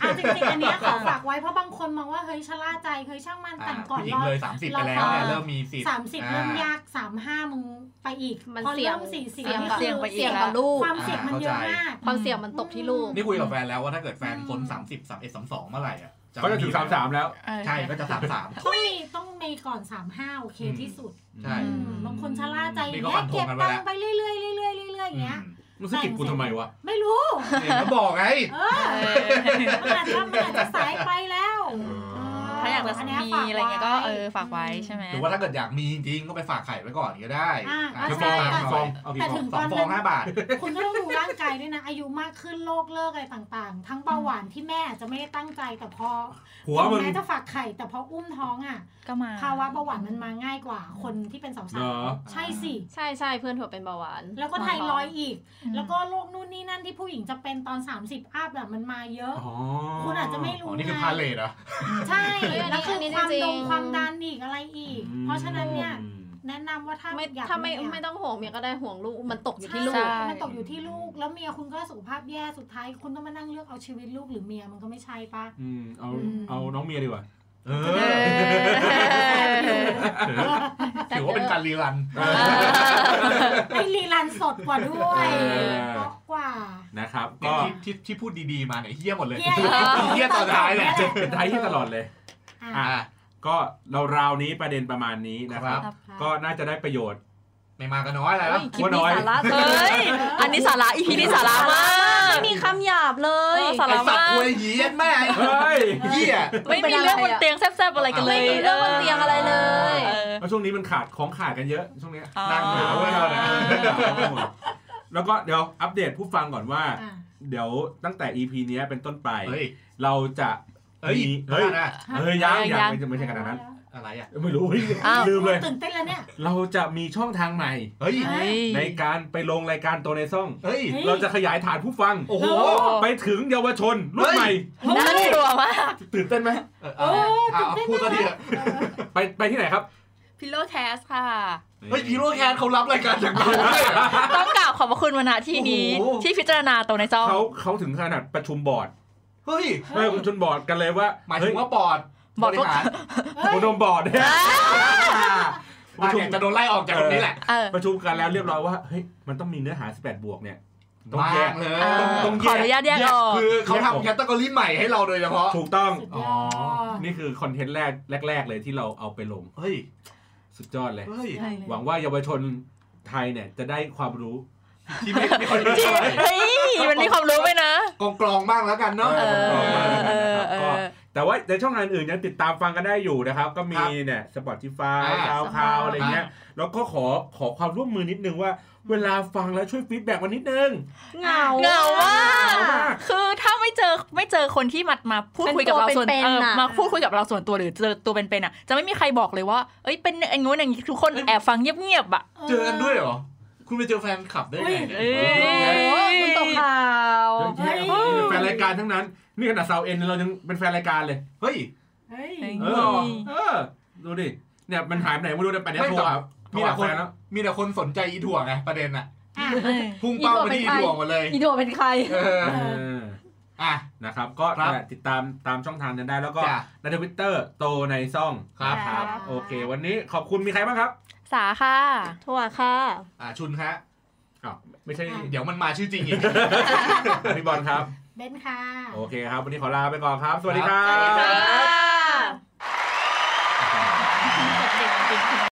Speaker 5: อ่ะจริงๆอันเนี้ยขอฝากไว้เพราะบางคนมองว่าเฮ้ยชะล่าใจเฮ้ยช่างมัน
Speaker 6: อ่า
Speaker 5: แต่งก่อน
Speaker 6: ผู้หญิ
Speaker 5: รง อด
Speaker 6: เลย 30 ไปแล้วเนี่
Speaker 5: ร
Speaker 6: ย
Speaker 5: อ
Speaker 6: เริ่มมีสิทธิ์
Speaker 5: สามสิบ
Speaker 6: อ่
Speaker 5: เริ่มยากสามห้ามึงไปอีก
Speaker 3: มัน
Speaker 5: พอ
Speaker 3: เสี่ยง
Speaker 5: ริ่มสี่สิบ
Speaker 3: เสี่ยง
Speaker 5: นี่
Speaker 3: กับ
Speaker 5: คื
Speaker 4: เสี่
Speaker 5: อ
Speaker 4: ยงไปอีก
Speaker 3: เสี่ยงกับลูก
Speaker 5: ความเสี่ยงมันเยอะมาก
Speaker 3: ความเสี่ยงมันตกที่ลูก
Speaker 6: นี่คุยกับแฟนแล้วว่าถ้าเกิดแฟนพ้น30 31 32เมื่อไหร่อ่ะ
Speaker 7: ก็จะถึงสามสามแล้ว
Speaker 4: เออ
Speaker 6: ใช่ก็จะสามสาม
Speaker 5: ต้องมีต้องมีก่อนสามห้าโอเค
Speaker 7: อืม
Speaker 5: ที่สุด
Speaker 6: ใช่
Speaker 5: อืมบางคนชะล่าใจอย่าง
Speaker 6: นี่ก็
Speaker 5: เงี้
Speaker 6: ฟั
Speaker 5: ย
Speaker 6: นธ
Speaker 5: เก็
Speaker 6: ง
Speaker 5: บ
Speaker 6: กันไว้
Speaker 5: ตัง
Speaker 6: แล้ว
Speaker 5: ค์ไปเรื่อยๆเรื่อยๆเรื่อยๆอย่างเงี้ย
Speaker 7: มันสะกิดกูทำไมวะ
Speaker 5: ไม่รู้
Speaker 6: เห็นแล้วบอกไง
Speaker 5: เออมันอาจจะมันอาจจะสายไปแล้ว
Speaker 4: ถ้าอยากจะ
Speaker 5: นเนี้
Speaker 4: มี
Speaker 5: ฝาก
Speaker 4: อะไรเงี้ยก็
Speaker 5: ว้
Speaker 4: เออฝากไว้ใช่ไหม
Speaker 6: หรือว่าถ้าเกิดอยากมีจริงๆก็ไปฝากไข่ไว้ก่อนก็ได้
Speaker 5: อ่ะ
Speaker 6: อ่ะ
Speaker 5: ก็
Speaker 7: ฟ
Speaker 5: ใช่
Speaker 7: อง
Speaker 5: แต่
Speaker 7: อ่ะฟอง เอากี่
Speaker 5: แต่
Speaker 7: ฟอง
Speaker 5: ถึง
Speaker 6: ส
Speaker 5: ต
Speaker 6: อ
Speaker 5: อง น
Speaker 6: ฟอ
Speaker 5: นั้
Speaker 6: ง
Speaker 5: น
Speaker 6: ห้าบาท
Speaker 5: คุณก็ต้องดูร่างกายด้วยนะ อายุมากขึ้นโรคเลิกอะไรต่างๆ ทั้งเบาหวานที่แม่อาจจะไม่ได้ตั้งใจแต่พอ
Speaker 7: หัวมึง
Speaker 5: แม้จะฝากไข่แต่พออุ้มท้องอ่ะ
Speaker 4: ก็มา
Speaker 5: ภาวะเบาหวานมันมาง่ายกว่า คนที่เป็นสา
Speaker 7: เหร
Speaker 5: ว
Speaker 7: อ
Speaker 5: ๆใช่สิ
Speaker 3: ใช่ใช่เพื่อนถั่วเป็นเบาหวาน
Speaker 5: แล้วก็ไทรอยด์อีก
Speaker 4: อืม
Speaker 5: แล้วก็โรคนู่นนี่นั่นที่ผู้หญิงจะเป็นตอน 30อัพแบบมันมาเยอะ
Speaker 7: อ๋อ
Speaker 5: คุณอาจจะไม่
Speaker 6: อ๋
Speaker 5: รู้
Speaker 6: อ
Speaker 5: ไง
Speaker 6: นี่คือพาเลทเหรอ
Speaker 5: ใช่
Speaker 3: เฮ้ยอันนี้
Speaker 5: แล้วคืออน
Speaker 3: นี้
Speaker 5: ความ
Speaker 3: จริ
Speaker 5: ด
Speaker 3: ง
Speaker 5: งความดันอีกอะไรอีก เพราะฉะนั้นเนี่ย
Speaker 7: อืม
Speaker 5: แนะนำว่าถ้า
Speaker 3: ไม่
Speaker 5: อยาก
Speaker 3: ถ้าไม่
Speaker 5: อะ
Speaker 3: ไม่ต้องห่วงเมียก็ได้ห่วงลูกมันตกอยู่
Speaker 5: ใช่
Speaker 3: ที่ลูก
Speaker 4: ใช่
Speaker 5: มันตกอยู่ที่ลูก แล้วเมียคุณก็สุขภาพแย่สุดท้ายคุณต้องมานั่งเลือกเอาชีวิตลูกหรือเมียมันก็ไม่ใช่ปะ
Speaker 7: อืมเอา
Speaker 5: อืม
Speaker 7: เอาน้องเมียดีกว่า
Speaker 6: เอ
Speaker 4: เอ
Speaker 6: อ
Speaker 4: อ
Speaker 6: ถือว่าเป็นการรีรัน
Speaker 5: ไอ้ลีลันสดกว่าด้วย
Speaker 7: เออ
Speaker 5: เพราะกว่า
Speaker 7: นะครับ
Speaker 6: ก็
Speaker 7: ก็
Speaker 6: ที่ที่ที่พูดดีๆมาเนี่ยเฮี้ยหมดเลย
Speaker 5: เหี้ย
Speaker 6: เฮี้ยตอนท้ายเลย
Speaker 7: ท้ายที่ตลอดเลย
Speaker 5: อ่ะ
Speaker 7: อ่ะ ก็เราราวๆนี้ประเด็นประมาณนี้นะครับ
Speaker 4: ครับ
Speaker 7: ก็น่าจะได้ประโยชน์
Speaker 6: ไม่มากันน้อยแล้ว
Speaker 7: ว่าน้อย
Speaker 3: สาระ
Speaker 4: เฮ้ย อันนี้สาระอีพีนี้สาระมาก
Speaker 3: ไม่มีคำหยาบเลย
Speaker 4: เออสา
Speaker 6: ไอ้
Speaker 4: ระ
Speaker 6: สัตว์ควยหยีเย็ดแม่
Speaker 7: เฮ้ย
Speaker 6: ไอ้เฮี้ย
Speaker 4: ไม่มีเรื่องบนเตียงแซ่บๆอะไรกันเลย
Speaker 3: ไม่มีเรื่องบนเตียงอะไรเลย
Speaker 4: เออ
Speaker 7: แล้วช่วงนี้มันขาดของขาดกันเยอะช่วงเนี้ย
Speaker 6: นั่งหนาวเลยเราเนี่ย
Speaker 7: แล้วก็เดี๋ยวอัปเดตผู้ฟังก่อนว่า
Speaker 5: อ่ะ
Speaker 7: เดี๋ยวตั้งแต่ EP เนี้ยเป็นต้นไป
Speaker 6: เฮ้ย
Speaker 7: เราจะ
Speaker 6: เฮ้ย
Speaker 7: มี
Speaker 6: เฮ้
Speaker 7: เฮ้
Speaker 6: ย
Speaker 7: ย
Speaker 6: นะ
Speaker 7: เฮ้ยยัง
Speaker 4: ยั
Speaker 7: ยัง
Speaker 4: ง
Speaker 7: ไม่ใช่ไม่ใช่ขนาดนั้น
Speaker 6: อะไรอ่ะ
Speaker 7: ไม่รู้
Speaker 4: อ้าว
Speaker 7: ลืมเลย
Speaker 5: ตื่นเต้นแล้วเนี่ย
Speaker 7: เราจะมีช่องทางใหม่
Speaker 6: เฮ้ย
Speaker 4: เฮ้ย
Speaker 7: ในการไปลงรายการตัวในซ่อง
Speaker 6: เฮ้ย
Speaker 5: เฮ้ย
Speaker 7: เราจะขยายฐานผู้ฟัง
Speaker 6: โอ้โห
Speaker 4: โอ้
Speaker 7: ไปถึงเยาวชนรุ่นใหม่
Speaker 4: น่ากลัวมาก
Speaker 7: ตื่นเต้นไหม
Speaker 6: เออเอาเอาเอาพูดตอนนี้เถอะ
Speaker 7: ไปไปที่ไหนครับ
Speaker 4: พิลโลแคสค่ะ
Speaker 6: เฮ้ย พีโร่แคนเขารับรายการจากเราด้วยเหรอ
Speaker 4: ต้องกล่าวขอบพระคุณวันณะที่นี้
Speaker 6: โอ้โห
Speaker 4: ที่พิจารณาตัวในจ้อง
Speaker 7: เขาเขาถึงขนาดประชุมบอร์ด
Speaker 6: เฮ้ย
Speaker 7: เออประชุมบอร์ดกันเลยว่า
Speaker 6: หมายถึงว่าบอร์ด
Speaker 4: บอร์ด
Speaker 6: บริหาร
Speaker 5: เฮ้ย
Speaker 7: ประชุมบอร์ด [LAUGHS] เนี่ย
Speaker 6: มาเนี่ยจะโดนไล่ออกจากตรงนี้แหละ
Speaker 4: เออ
Speaker 7: ประชุมกันแล้วเรียบร้อยว่าเฮ้ยมันต้องมีเนื้อหา 18 บวกเนี่ย ต้อง
Speaker 6: มา
Speaker 7: แยก
Speaker 6: กเลย
Speaker 4: เออ
Speaker 7: ต้อง
Speaker 4: ข
Speaker 7: แยก
Speaker 4: ออนุญาตแยกออก
Speaker 6: คือเขาทำแคตตากรีใหม่ให้เราโดยเฉพาะ
Speaker 7: ถูกต้อง
Speaker 5: สุด
Speaker 6: อ๋
Speaker 5: ย
Speaker 6: อ
Speaker 5: อด
Speaker 7: นี่คือคอนเทนต์แรกแรก ๆ เลยที่เราเอาไปลง
Speaker 6: เฮ้ย
Speaker 7: สุดยอดเลย
Speaker 6: เฮ้ย
Speaker 7: หวังว่าเยาวชนไทยเนี่ยจะได้ความรู้
Speaker 6: ที่ไม่ไม่ค่อยรู้เท่าไหร่
Speaker 4: เฮ้ย มันมีความรู้ไหมนะ
Speaker 6: กองกลองบ้างแล้วกันเนาะ
Speaker 4: เออ เออ เออ
Speaker 7: แต่ว่าในช่องทางอื่นยังติดตามฟังกันได้อยู่นะครับ ก็
Speaker 6: ค
Speaker 7: มี
Speaker 6: รับ
Speaker 7: เนี่ย Spotify
Speaker 6: อ่า
Speaker 7: คาวคาวอะไรเงี้ย
Speaker 6: อ่
Speaker 7: แล้วก็ขอขอความร่วมมือนิดนึงว่า เวลาฟังแล้วช่วยฟีดแบ็กมานิดนึง
Speaker 3: เหงา
Speaker 4: เหงามา
Speaker 7: เหงามาก ก
Speaker 4: คือถ้าไม่เจอไม่เจอคนที่มามาพูดคุยกับเราส่วน
Speaker 3: เป็นตัว
Speaker 4: เออ
Speaker 3: เป็นๆน่ะ
Speaker 4: มาพูดคุยกับเราส่วนตัวหรือเจอตัวเป็นๆอ่ะ จะไม่มีใครบอกเลยว่า เอ้ยเป็นอย่างงู้นอย่างงี้ทุกคนแอบฟังเงียบๆอ่ะ
Speaker 6: เจอกันด้วยเหรอ คุณไปเจอแฟนขับได้ไงเนี่ย
Speaker 4: เอ้ย
Speaker 6: เออ
Speaker 3: โอ้
Speaker 6: เนี่ย
Speaker 3: คุณตกข่าว
Speaker 7: เยอะแยะ
Speaker 5: เฮ้ย
Speaker 7: เป็นแฟนรายการทั้งนั้น นี่ขนาดซาวเอ็นเรายังเป็นแฟนรายการเลย
Speaker 6: เฮ้ย
Speaker 5: เฮ้ย
Speaker 7: เออ เออ ดูดิ เนี่ยมันหายไปไหนไม่รู้แต่ยไปเนี่ย
Speaker 6: ไม่
Speaker 7: โทร
Speaker 6: แต่
Speaker 7: หา
Speaker 6: มีแต่
Speaker 7: โทรหาแฟ
Speaker 6: คน
Speaker 7: นแล้ว
Speaker 6: มีแต่คนสนใจอีถั่วไงประเด็นอะ
Speaker 5: อ่ะ
Speaker 4: เออ
Speaker 6: พุ่งเป้าไปที่อีถั่วหมดเลย
Speaker 3: อีโดเป็นใคร
Speaker 6: เออ
Speaker 5: เอ
Speaker 7: เออ
Speaker 6: อ่ะ
Speaker 7: นะครับ ก็
Speaker 6: ครับ
Speaker 7: ติดตามตามช่องทางนั้นได้แล้วก็
Speaker 6: จ้ะ
Speaker 7: ในทวิตเตอร์โตในซ่อง
Speaker 6: ครับ
Speaker 7: นะ
Speaker 5: ครับ
Speaker 7: โอเค วันนี้ขอบคุณมีใครบ้างครับ
Speaker 4: สาค่ะ
Speaker 3: ถั่วค่ะ
Speaker 6: อ่ะชุนฮะ
Speaker 7: อ้าวไม่ใช่
Speaker 6: เดี๋ยวมันมาชื่อจริงอีก
Speaker 7: พี่บอลครับ
Speaker 5: เบนค่ะ
Speaker 7: โอเคครับ วันนี้ขอลาไปก่อนครับ สวัสดีครั
Speaker 6: ครับ
Speaker 7: บ
Speaker 4: สวัสดีค่ะ